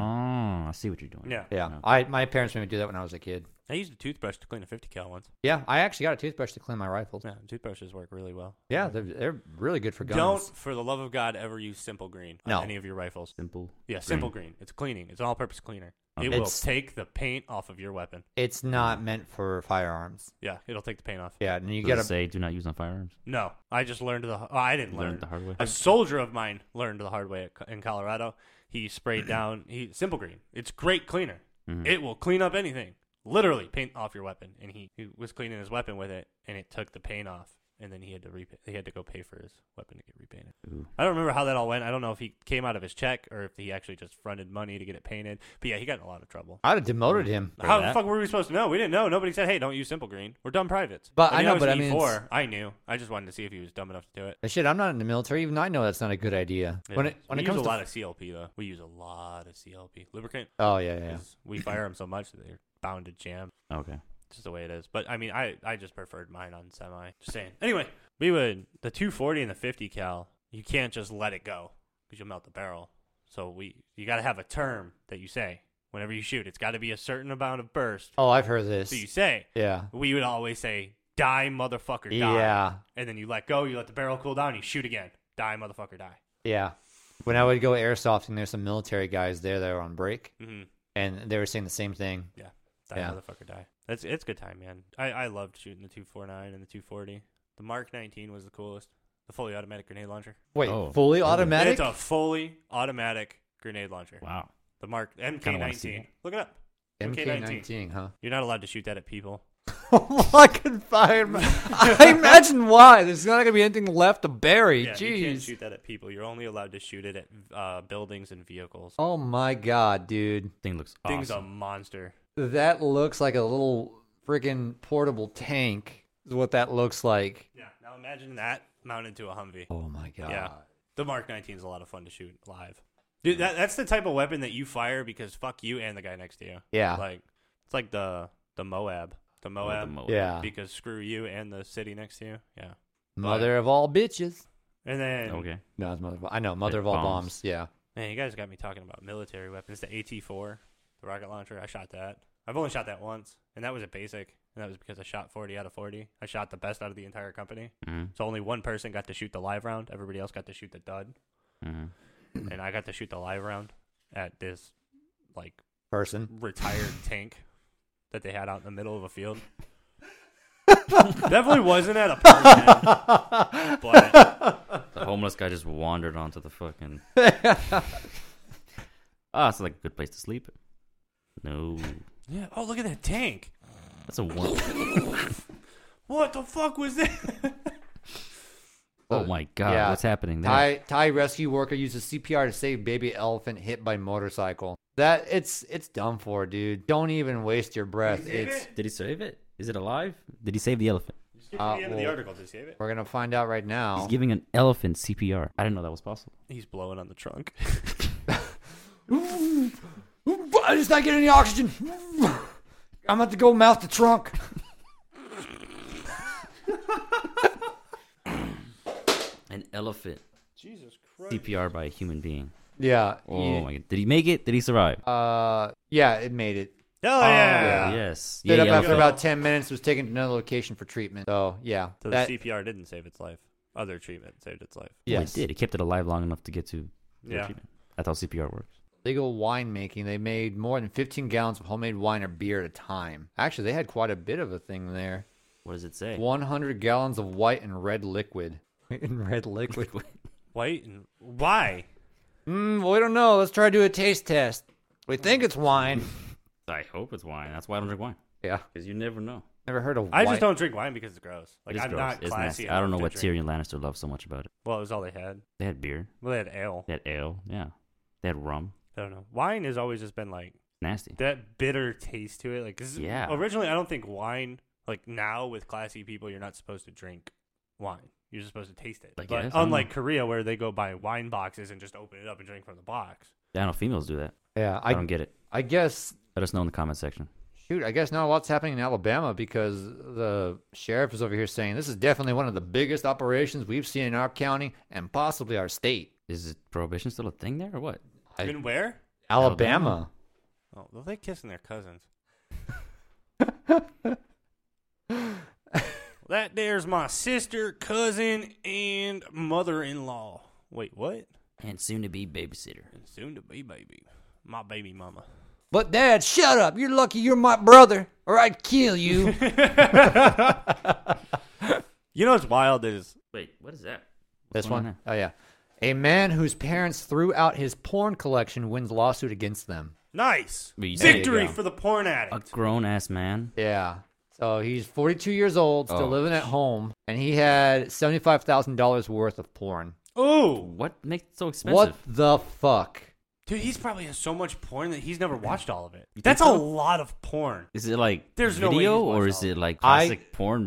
Speaker 3: I see what you're doing.
Speaker 2: Yeah.
Speaker 1: Yeah,
Speaker 3: No.
Speaker 1: I my parents made me do that when I was a kid.
Speaker 2: I used a toothbrush to clean a fifty cal once.
Speaker 1: Yeah, I actually got a toothbrush to clean my rifles.
Speaker 2: Yeah, toothbrushes work really well.
Speaker 1: Yeah, they're, they're really good for guns.
Speaker 2: Don't, for the love of God, ever use Simple Green on
Speaker 1: No.
Speaker 2: any of your rifles.
Speaker 3: Simple.
Speaker 2: Yeah, Simple Green. It's cleaning. It's an all-purpose cleaner.
Speaker 3: Okay.
Speaker 2: It will
Speaker 1: It's-
Speaker 2: take the paint off of your weapon.
Speaker 1: It's not meant for firearms.
Speaker 2: Yeah, it'll take the paint off.
Speaker 1: Yeah, and you
Speaker 3: You gotta
Speaker 1: gotta.
Speaker 3: say, do not use on firearms.
Speaker 2: No, I just learned the. Oh, I didn't
Speaker 3: You
Speaker 2: learn
Speaker 3: learned the hard way?
Speaker 2: A soldier of mine learned the hard way at Co- in Colorado. He
Speaker 3: *clears throat*
Speaker 2: sprayed down. He Simple Green. It's great cleaner.
Speaker 3: Mm-hmm.
Speaker 2: It will clean up anything. Literally, paint off your weapon. And he, he was cleaning his weapon with it, and it took the paint off. And then he had to repa He had to go pay for his weapon to get repainted.
Speaker 3: Ooh.
Speaker 2: I don't remember how that all went. I don't know if he came out of his check or if he actually just fronted money to get it painted. But yeah, he got in a lot of trouble.
Speaker 1: I'd have demoted him. for
Speaker 2: How the
Speaker 1: that.
Speaker 2: fuck were we supposed to know? We didn't know. Nobody said, "Hey, don't use Simple Green. We're dumb privates."
Speaker 1: But I
Speaker 2: he
Speaker 1: know,
Speaker 2: was
Speaker 1: but I
Speaker 2: an
Speaker 1: mean,
Speaker 2: E4.
Speaker 1: it's-
Speaker 2: I knew. I just wanted to see if he was dumb enough to do it.
Speaker 1: But Shit, I'm not in the military. Even I know that's not a good idea. When
Speaker 2: Yeah.
Speaker 1: it when
Speaker 2: we
Speaker 1: it comes
Speaker 2: use
Speaker 1: to
Speaker 2: a lot of CLP though, we use a lot of CLP lubricant.
Speaker 1: oh yeah yeah, yeah.
Speaker 2: 'cause
Speaker 1: *clears throat*
Speaker 2: We fire them so much that they're bound to jam.
Speaker 3: Okay.
Speaker 2: It's Just the way it is. But I mean, I I just preferred mine on semi. Just saying. Anyway, we would the 240 and the 50 cal. You can't just let it go because you'll melt the barrel. So we you got to have a term that you say whenever you shoot. It's got to be a certain amount of burst.
Speaker 1: Oh, I've heard this.
Speaker 2: So you say
Speaker 1: Yeah,
Speaker 2: we would always say die motherfucker die.
Speaker 1: yeah,
Speaker 2: And then you let go. You let the barrel cool down. You shoot again. Die motherfucker die.
Speaker 1: yeah. When I would go airsofting, there's some military guys there that were on break,
Speaker 2: Mm-hmm.
Speaker 1: and they were saying the same thing.
Speaker 2: Yeah. Die
Speaker 1: Yeah.
Speaker 2: motherfucker die. That's it's good time, man. I, I loved shooting the two four nine and the two forty. The Mark nineteen was the coolest. The fully automatic grenade launcher.
Speaker 1: Wait,
Speaker 3: Oh.
Speaker 1: fully
Speaker 3: Okay.
Speaker 1: automatic?
Speaker 2: It's a fully automatic grenade launcher.
Speaker 3: Wow.
Speaker 2: The Mark MK
Speaker 3: Kinda wanna see
Speaker 2: nineteen. Look it up. MK19.
Speaker 1: MK19,
Speaker 2: *laughs*
Speaker 1: huh? *laughs*
Speaker 2: You're not allowed to shoot that at people.
Speaker 1: I could find. *laughs* I imagine why. There's not gonna be anything left to bury.
Speaker 2: Yeah, you can't
Speaker 1: Jeez.
Speaker 2: shoot that at people. You're only allowed to shoot it at uh, buildings and vehicles.
Speaker 1: oh my god, dude,
Speaker 3: Thing looks
Speaker 2: Thing's a
Speaker 3: awesome.
Speaker 2: monster.
Speaker 1: that looks like a little freaking portable tank. Is what that looks like.
Speaker 2: Yeah. Now imagine that mounted to a Humvee.
Speaker 1: Oh my god.
Speaker 2: Yeah. Uh, The Mark 19 is a lot of fun to shoot live. Dude, that, that's the type of weapon that you fire because fuck you and the guy next to you.
Speaker 1: Yeah.
Speaker 2: Like it's like the the Moab. The
Speaker 3: Oh, the
Speaker 2: Moab.
Speaker 3: mo-
Speaker 1: Yeah.
Speaker 2: Because screw you and the city next to you. Yeah.
Speaker 1: Mother of all bitches.
Speaker 2: And then
Speaker 3: Okay.
Speaker 1: No, it's mother. Of all, I know. Mother of all bombs.
Speaker 3: bombs.
Speaker 1: Yeah.
Speaker 2: man, you guys got me talking about military weapons. The AT four, the rocket launcher, I shot that. I've only shot that once, and that was a basic. And that was because I shot forty out of forty. I shot the best out of the entire company.
Speaker 3: Mm-hmm.
Speaker 2: So only one person got to shoot the live round. Everybody else got to shoot the dud.
Speaker 3: Mm-hmm.
Speaker 2: And I got to shoot the live round at this like
Speaker 1: Person.
Speaker 2: *laughs* retired tank that they had out in the middle of a field. *laughs* *laughs* Definitely wasn't at a park, man. But
Speaker 3: The homeless guy just wandered onto the *laughs* fucking. Ah, it's like a good place to sleep. No,
Speaker 2: Yeah. Oh, look at that tank.
Speaker 3: that's a one.
Speaker 2: Oh, What the fuck was *laughs* that?
Speaker 3: oh my god,
Speaker 1: Yeah.
Speaker 3: what's happening there?
Speaker 1: Thai Thai rescue worker uses CPR to save baby elephant hit by motorcycle. That it's it's done for, dude. Don't even waste your breath. It's
Speaker 3: Did he save it? Is it alive? Did he save the elephant?
Speaker 2: Skip to
Speaker 1: Uh,
Speaker 2: the end of the
Speaker 1: well-
Speaker 2: article. Did you save it?
Speaker 1: we're gonna find out right now.
Speaker 2: Oh.
Speaker 3: He's giving an elephant CPR. I didn't know that was possible.
Speaker 2: He's blowing on the trunk. *laughs*
Speaker 1: Ooh, I just not getting any oxygen. I'm about to go mouth the trunk.
Speaker 3: An elephant
Speaker 2: Jesus Christ.
Speaker 3: CPR by a human being.
Speaker 1: Yeah.
Speaker 3: Oh my god, did he make it? Did he survive?
Speaker 1: Uh, yeah, it made it.
Speaker 2: Hell Oh, yeah.
Speaker 3: Yes.
Speaker 1: Stayed
Speaker 3: Yay,
Speaker 1: up after
Speaker 3: elephant. Oh,
Speaker 1: about ten minutes. Was taken to another location for treatment. So yeah,
Speaker 2: So
Speaker 1: that
Speaker 2: the CPR didn't save its life. Other treatment saved its life.
Speaker 3: Well,
Speaker 1: yes.
Speaker 3: it did. It kept it alive long enough to get to the
Speaker 2: Yeah.
Speaker 3: treatment. That's how CPR works.
Speaker 1: legal winemaking. They made more than 15 gallons of homemade wine or beer at a time. Actually, they had quite a bit of a thing there.
Speaker 3: What does it say?
Speaker 1: 100 gallons of white and red liquid. *laughs* White and red *laughs* liquid.
Speaker 2: White and why?
Speaker 1: mm, well, we don't know. Let's try to do a taste test. We think it's wine.
Speaker 3: I hope it's wine. That's why I don't drink wine.
Speaker 1: *laughs* yeah.
Speaker 3: Because you never know.
Speaker 1: Never heard of
Speaker 2: I
Speaker 1: white.
Speaker 2: just don't drink wine because it's gross. Like
Speaker 3: It is
Speaker 2: I'm
Speaker 3: gross.
Speaker 2: not
Speaker 3: It's
Speaker 2: classy.
Speaker 3: nasty. I don't know
Speaker 2: enough
Speaker 3: what
Speaker 2: to drink.
Speaker 3: Tyrion Lannister loved so much about it.
Speaker 2: Well, it was all they had.
Speaker 3: They had beer.
Speaker 2: Well, they had ale.
Speaker 3: They had ale. Yeah. They had rum.
Speaker 2: I don't know. Wine has always just been like
Speaker 3: Nasty.
Speaker 2: that bitter taste to it. Like this is,
Speaker 3: Yeah.
Speaker 2: Originally, I don't think wine. Like now with classy people, you're not supposed to drink wine. You're just supposed to taste it.
Speaker 3: I guess, I
Speaker 2: but
Speaker 3: don't know.
Speaker 2: unlike Korea, where they go buy wine boxes and just open it up and drink from the box.
Speaker 3: I know females do that.
Speaker 1: Yeah,
Speaker 3: I, don't
Speaker 1: I,
Speaker 3: get it.
Speaker 1: I guess.
Speaker 3: Let us know in the comment section.
Speaker 1: Shoot, I guess not a lot's happening in Alabama because the sheriff is over here saying this is definitely one of the biggest operations we've seen in our county and possibly our state.
Speaker 3: Is it prohibition still a thing there or what?
Speaker 1: I-
Speaker 2: Even where?
Speaker 1: Alabama.
Speaker 2: Oh, well, they kissing their cousins. that there's my sister, cousin, and mother-in-law. Wait, what?
Speaker 3: And soon to be babysitter.
Speaker 2: And soon to be baby, my baby mama.
Speaker 1: But dad, shut up. You're lucky you're my brother or I'd kill *laughs* you.
Speaker 2: You know what's wild is
Speaker 3: Wait, what is that?
Speaker 1: This
Speaker 3: going on
Speaker 1: one? Oh, yeah. A man whose parents threw out his porn collection wins lawsuit against them.
Speaker 2: nice
Speaker 3: But you- There you
Speaker 2: victory
Speaker 1: go.
Speaker 2: for the porn
Speaker 3: A
Speaker 2: addict.
Speaker 3: grown ass man.
Speaker 1: Yeah. So he's 42 years old, still
Speaker 3: Oh,
Speaker 1: living at home, and he had $75,000 worth of porn.
Speaker 2: Ooh,
Speaker 3: What makes it so expensive?
Speaker 1: What the fuck?
Speaker 2: dude, he's probably has so much porn that he's never watched all of it.
Speaker 3: You think
Speaker 2: That's a
Speaker 3: so?
Speaker 2: lot of porn.
Speaker 3: Is it like
Speaker 2: There's no way
Speaker 3: video
Speaker 2: he's
Speaker 3: or
Speaker 2: watched
Speaker 3: is
Speaker 2: all of
Speaker 3: it like
Speaker 1: I-
Speaker 3: classic porn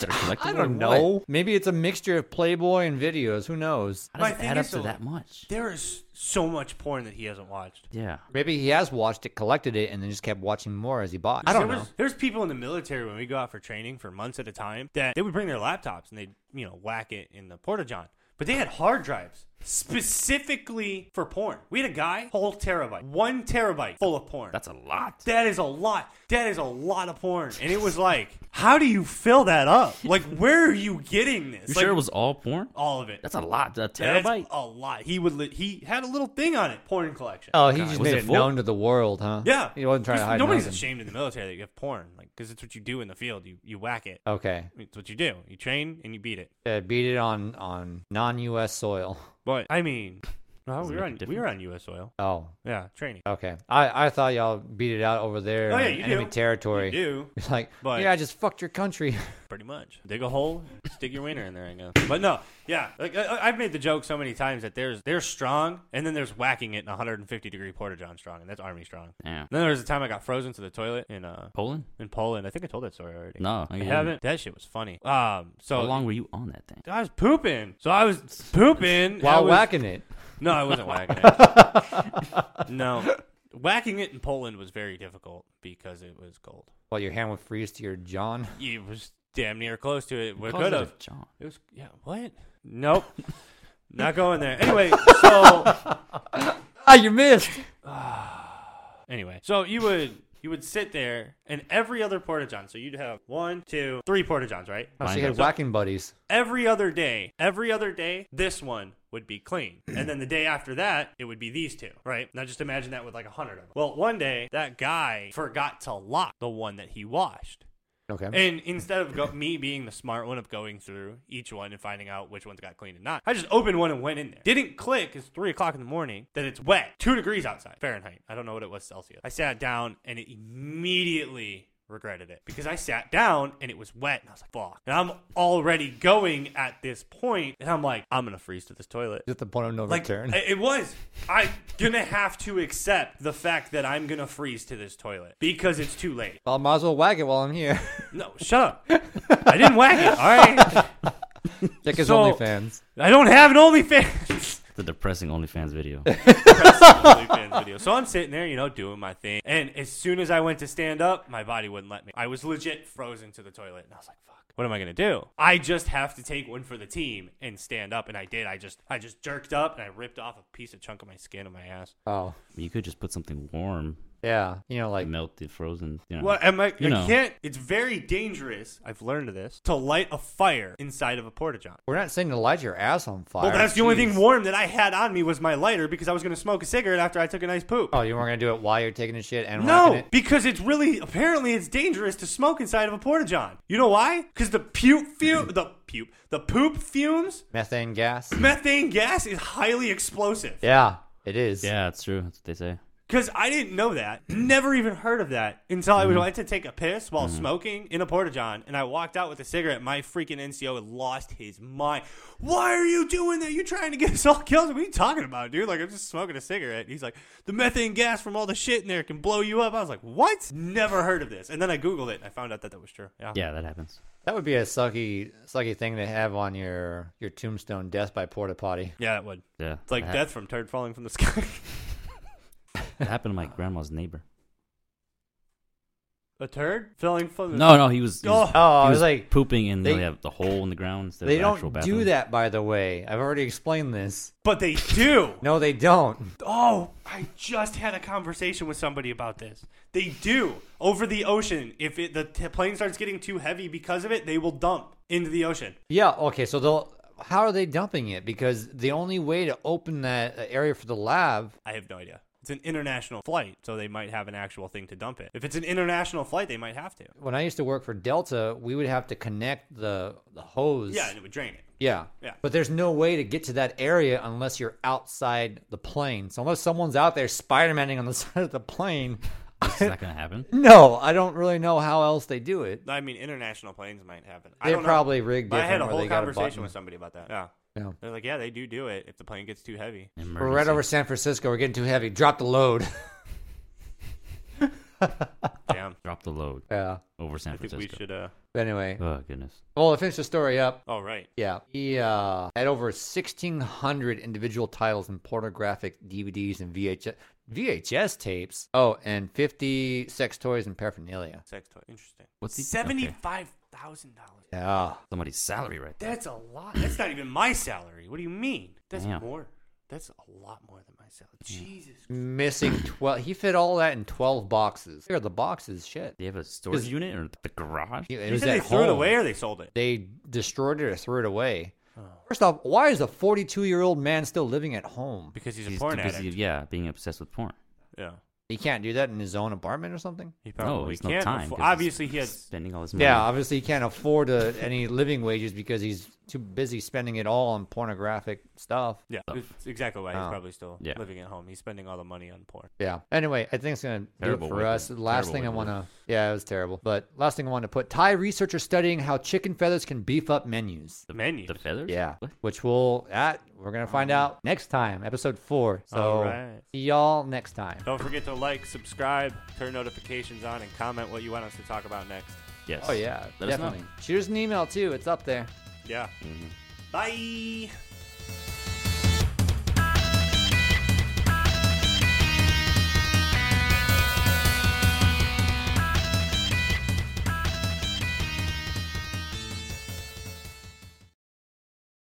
Speaker 2: *laughs*
Speaker 3: that are
Speaker 1: *sighs*
Speaker 3: collectible?
Speaker 1: I
Speaker 3: or
Speaker 1: don't
Speaker 3: what?
Speaker 1: know. Maybe it's a mixture of Playboy and videos. Who knows?
Speaker 3: How does
Speaker 2: My
Speaker 3: it
Speaker 2: thing
Speaker 3: add up
Speaker 2: is,
Speaker 3: to
Speaker 2: though-
Speaker 3: that much?
Speaker 2: There is so much porn that he hasn't watched.
Speaker 3: Yeah.
Speaker 1: Maybe he has watched it, collected it, and then just kept watching more as he bought. I
Speaker 2: There
Speaker 1: don't know.
Speaker 2: was- there's people in the military when we go out for training for months at a time that they would bring their laptops and they'd, you know, whack it in the porta john. But they had hard drives specifically for porn. We had a guy, whole terabyte, one terabyte full of porn.
Speaker 3: That's a lot.
Speaker 2: That is a lot. That is a lot of porn. And it was like, how do you fill that up? Like, where are you getting this?
Speaker 3: you
Speaker 2: Like,
Speaker 3: sure it was all porn?
Speaker 2: all of it?
Speaker 3: That's a lot. A
Speaker 2: That's
Speaker 3: terabyte?
Speaker 2: a lot. He would. Li- he had a little thing on it, porn collection.
Speaker 1: Oh, he just
Speaker 3: Was
Speaker 1: made
Speaker 3: it
Speaker 1: it,
Speaker 3: full?
Speaker 1: known to the world, huh?
Speaker 2: yeah,
Speaker 1: He wasn't trying to
Speaker 2: Because
Speaker 1: hide
Speaker 2: Nobody's
Speaker 1: nothing.
Speaker 2: ashamed in the military that you have porn, like because it's what you do in the field. You you whack it.
Speaker 1: Okay.
Speaker 2: It's what you do. You train and you beat it.
Speaker 1: Yeah, beat it on on non-U.S. soil. *laughs*
Speaker 2: But I mean, well,
Speaker 3: Does it
Speaker 2: we were
Speaker 3: make a
Speaker 2: on we
Speaker 3: difference?
Speaker 2: were on U.S. soil.
Speaker 1: Oh,
Speaker 2: Yeah, training.
Speaker 1: okay. I I thought y'all beat it out over there
Speaker 2: Oh, yeah,
Speaker 1: in
Speaker 2: you
Speaker 1: enemy
Speaker 2: do.
Speaker 1: territory.
Speaker 2: You do
Speaker 1: It's *laughs* like,
Speaker 2: But-
Speaker 1: yeah, I just fucked your country. *laughs*
Speaker 2: pretty much. Dig a hole, stick your wiener in there. I guess. But no, yeah. Like I, I- I've made the joke so many times that there's there's strong, and then there's whacking it in 150 degree porta john strong, and that's army strong.
Speaker 3: Yeah.
Speaker 2: Then there was a time I got frozen to the toilet in uh
Speaker 3: Poland?
Speaker 2: in Poland. I think I told that story already.
Speaker 3: No.
Speaker 2: I haven't. That shit was funny. Um, so
Speaker 3: How long were you on that thing?
Speaker 2: I was pooping. So I was pooping I
Speaker 1: While
Speaker 2: was-
Speaker 1: whacking it.
Speaker 2: No, I wasn't whacking it. *laughs* no, whacking it in Poland was very difficult because it was cold.
Speaker 1: While your hand would freeze to your John. *laughs*
Speaker 2: It was damn near close to it. We
Speaker 3: Calls
Speaker 2: could
Speaker 3: it a
Speaker 2: have.
Speaker 3: John.
Speaker 2: It was yeah. What? *laughs* Nope. Not going there. Anyway, so
Speaker 1: Ah, you missed.
Speaker 2: *laughs* anyway, so you would you would sit there and every other porta john. So you'd have one, two, three porta johns, right?
Speaker 1: Oh, so
Speaker 3: Mine
Speaker 1: you had
Speaker 3: does.
Speaker 1: whacking buddies.
Speaker 2: every other day, every other day, this one would be clean. And then the day after that, it would be these two, right? Now just imagine that with like a hundred of them. Well, one day, that guy forgot to lock the one that he washed.
Speaker 1: Okay.
Speaker 2: And instead of go- me being the smart one of going through each one and finding out which ones got clean and not, I just opened one and went in there. Didn't click. It's three o'clock in the morning. That it's wet, two degrees outside Fahrenheit. I don't know what it was Celsius. I sat down and it immediately regretted it because I sat down and it was wet and I was like, fuck. And I'm already going at this point and I'm like, I'm gonna freeze to this toilet.
Speaker 1: Just the point of no
Speaker 2: Like
Speaker 1: return.
Speaker 2: I- it was. I'm gonna have to accept the fact that I'm gonna freeze to this toilet because it's too late.
Speaker 1: well, I might as well wag it while I'm
Speaker 2: *laughs*
Speaker 1: here.
Speaker 2: No, shut up. I didn't whack it. All right.
Speaker 1: Check his
Speaker 2: So-
Speaker 1: OnlyFans.
Speaker 2: I don't have an OnlyFans.
Speaker 3: The depressing OnlyFans video.
Speaker 2: *laughs* OnlyFans video. So I'm sitting there, you know, doing my thing. And as soon as I went to stand up, my body wouldn't let me. I was legit frozen to the toilet. And I was like, fuck, what am I going to do? I just have to take one for the team and stand up. And I did. I just, I just jerked up and I ripped off a piece of chunk of my skin of my ass.
Speaker 1: Oh,
Speaker 3: you could just put something warm,
Speaker 1: yeah. You know, like
Speaker 3: melt the frozen. You know.
Speaker 2: Well, am I,
Speaker 3: You know.
Speaker 2: I can't, it's very dangerous. I've learned this to light a fire inside of a porta john.
Speaker 1: we're not saying to light your ass on fire.
Speaker 2: Well, that's the only
Speaker 1: Jeez.
Speaker 2: thing warm that I had on me was my lighter because I was going to smoke a cigarette after I took a nice poop.
Speaker 1: Oh, you weren't gonna do it while you're taking a shit and whacking
Speaker 2: No,
Speaker 1: it?
Speaker 2: because it's really apparently it's dangerous to smoke inside of a porta john. You know why? Because the puke fume, the puke, the poop fumes,
Speaker 1: methane gas.
Speaker 2: methane gas is highly explosive.
Speaker 1: yeah, it is.
Speaker 3: yeah, it's true. That's what they say.
Speaker 2: Because I didn't know that, *clears throat* never even heard of that until
Speaker 3: Mm-hmm.
Speaker 2: I went to take a piss while smoking in a porta john, and I walked out with a cigarette. My freaking NCO had lost his mind. Why are you doing that? You're trying to get us all killed. What are you talking about, dude? Like I'm just smoking a cigarette. He's like, the methane gas from all the shit in there can blow you up. I was like, what? Never heard of this. And then I googled it and I found out that that was true. Yeah.
Speaker 3: Yeah, that happens.
Speaker 1: That would be a sucky, sucky thing to have on your your tombstone. Death by porta potty.
Speaker 2: Yeah, it would.
Speaker 3: Yeah,
Speaker 2: It's like
Speaker 3: that,
Speaker 2: death from turd falling from the *laughs* sky.
Speaker 3: That happened to my
Speaker 2: *laughs*
Speaker 3: grandma's neighbor.
Speaker 2: a turd falling from the
Speaker 3: No, no, he was. He was
Speaker 2: Oh.
Speaker 1: Oh, I
Speaker 3: he
Speaker 1: was like,
Speaker 3: pooping in
Speaker 1: they-
Speaker 3: they, have the hole in the ground instead
Speaker 1: they
Speaker 3: of the actual
Speaker 1: don't
Speaker 3: bathroom. *laughs*
Speaker 1: do that. By the way, I've already explained this.
Speaker 2: But they do.
Speaker 1: No, they don't. *laughs*
Speaker 2: Oh, I just had a conversation with somebody about this. They do over the ocean. If it, the t- plane starts getting too heavy because of it, they will dump into the ocean.
Speaker 1: Yeah. Okay. So they'll. How are they dumping it? Because the only way to open that area for the lab.
Speaker 2: I have no idea. It's an international flight, so they might have an actual thing to dump it. If it's an international flight, they might have to.
Speaker 1: When I used to work for Delta, we would have to connect the the hose.
Speaker 2: Yeah, and it would drain it.
Speaker 1: Yeah.
Speaker 2: Yeah.
Speaker 1: But there's no way to get to that area unless you're outside the plane. So unless someone's out there Spider-Maning on the *laughs* side of the plane, *laughs*
Speaker 3: It's not
Speaker 2: *laughs*
Speaker 3: gonna happen.
Speaker 1: no, I don't really know how else they do it.
Speaker 2: I mean, international planes might have it. I
Speaker 1: They
Speaker 2: don't know.
Speaker 1: probably rigged
Speaker 2: But
Speaker 1: it.
Speaker 2: I had a whole
Speaker 1: they got
Speaker 2: conversation
Speaker 1: button.
Speaker 2: with somebody about that. Yeah,
Speaker 1: Yeah.
Speaker 2: they're like, yeah, they do do it if the plane gets too heavy.
Speaker 1: We're right
Speaker 3: Emergency.
Speaker 1: over San Francisco. We're getting too heavy. Drop the load. *laughs*
Speaker 2: Damn,
Speaker 3: Drop the load
Speaker 1: yeah.
Speaker 3: over San
Speaker 2: I think
Speaker 3: Francisco.
Speaker 2: we should. uh
Speaker 1: But anyway,
Speaker 3: Oh goodness.
Speaker 1: well, to finish the story up,
Speaker 2: Oh right.
Speaker 1: Yeah. He uh, had over 1,600 individual titles and pornographic DVDs and VHS, VHS tapes. Oh, and 50 sex toys and paraphernalia.
Speaker 2: Sex toy. Interesting.
Speaker 3: What's the okay.
Speaker 2: Seventy-five thousand dollars.
Speaker 1: Yeah.
Speaker 3: Somebody's salary right there.
Speaker 2: That's a lot. That's not even my salary. What do you mean? That's
Speaker 3: Damn.
Speaker 2: more. That's a lot more than my salary. Jesus. *clears throat*
Speaker 1: Missing 12. He fit all that in 12 boxes. Here are the boxes. Shit.
Speaker 3: They have a storage unit or the garage?
Speaker 1: It
Speaker 2: You
Speaker 1: was
Speaker 2: said they
Speaker 1: at
Speaker 2: threw it
Speaker 1: home.
Speaker 2: away Oh. or they sold it?
Speaker 1: They destroyed it or threw it away. First off, why is a 42 year old man still living at home?
Speaker 2: Because he's a
Speaker 3: He's
Speaker 2: porn
Speaker 3: too busy,
Speaker 2: addict.
Speaker 3: yeah, being obsessed with porn.
Speaker 2: Yeah.
Speaker 1: He can't do that in his own apartment or something?
Speaker 2: He
Speaker 3: No,
Speaker 2: probably
Speaker 3: it's no
Speaker 2: can't.
Speaker 3: time.
Speaker 2: afford-
Speaker 3: 'cause he's
Speaker 2: Obviously, he has.
Speaker 3: spending all this money.
Speaker 1: Yeah, obviously he can't afford uh, any living wages because he's too busy spending it all on pornographic stuff.
Speaker 2: Yeah, it's exactly why he's
Speaker 1: Oh.
Speaker 2: probably still
Speaker 3: Yeah.
Speaker 2: living at home. He's spending all the money on porn.
Speaker 1: Yeah. Anyway, I think it's gonna
Speaker 3: Terrible
Speaker 1: do it for
Speaker 3: week.
Speaker 1: us. Last
Speaker 3: Terrible
Speaker 1: thing I
Speaker 3: week.
Speaker 1: want to. Yeah, it was terrible. But last thing I want to put: Thai researchers studying how chicken feathers can beef up menus.
Speaker 3: the
Speaker 2: menu.
Speaker 3: the feathers.
Speaker 1: Yeah,
Speaker 3: What?
Speaker 1: which we'll at we're gonna find out next time, episode four. So
Speaker 2: Alright.
Speaker 1: see y'all next time.
Speaker 2: Don't forget to like, subscribe, turn notifications on, and comment what you want us to talk about next.
Speaker 3: Yes.
Speaker 1: Oh yeah,
Speaker 3: Let us know. Mm-hmm.
Speaker 1: definitely. Shoot us an email too. It's up there.
Speaker 2: Yeah. Bye.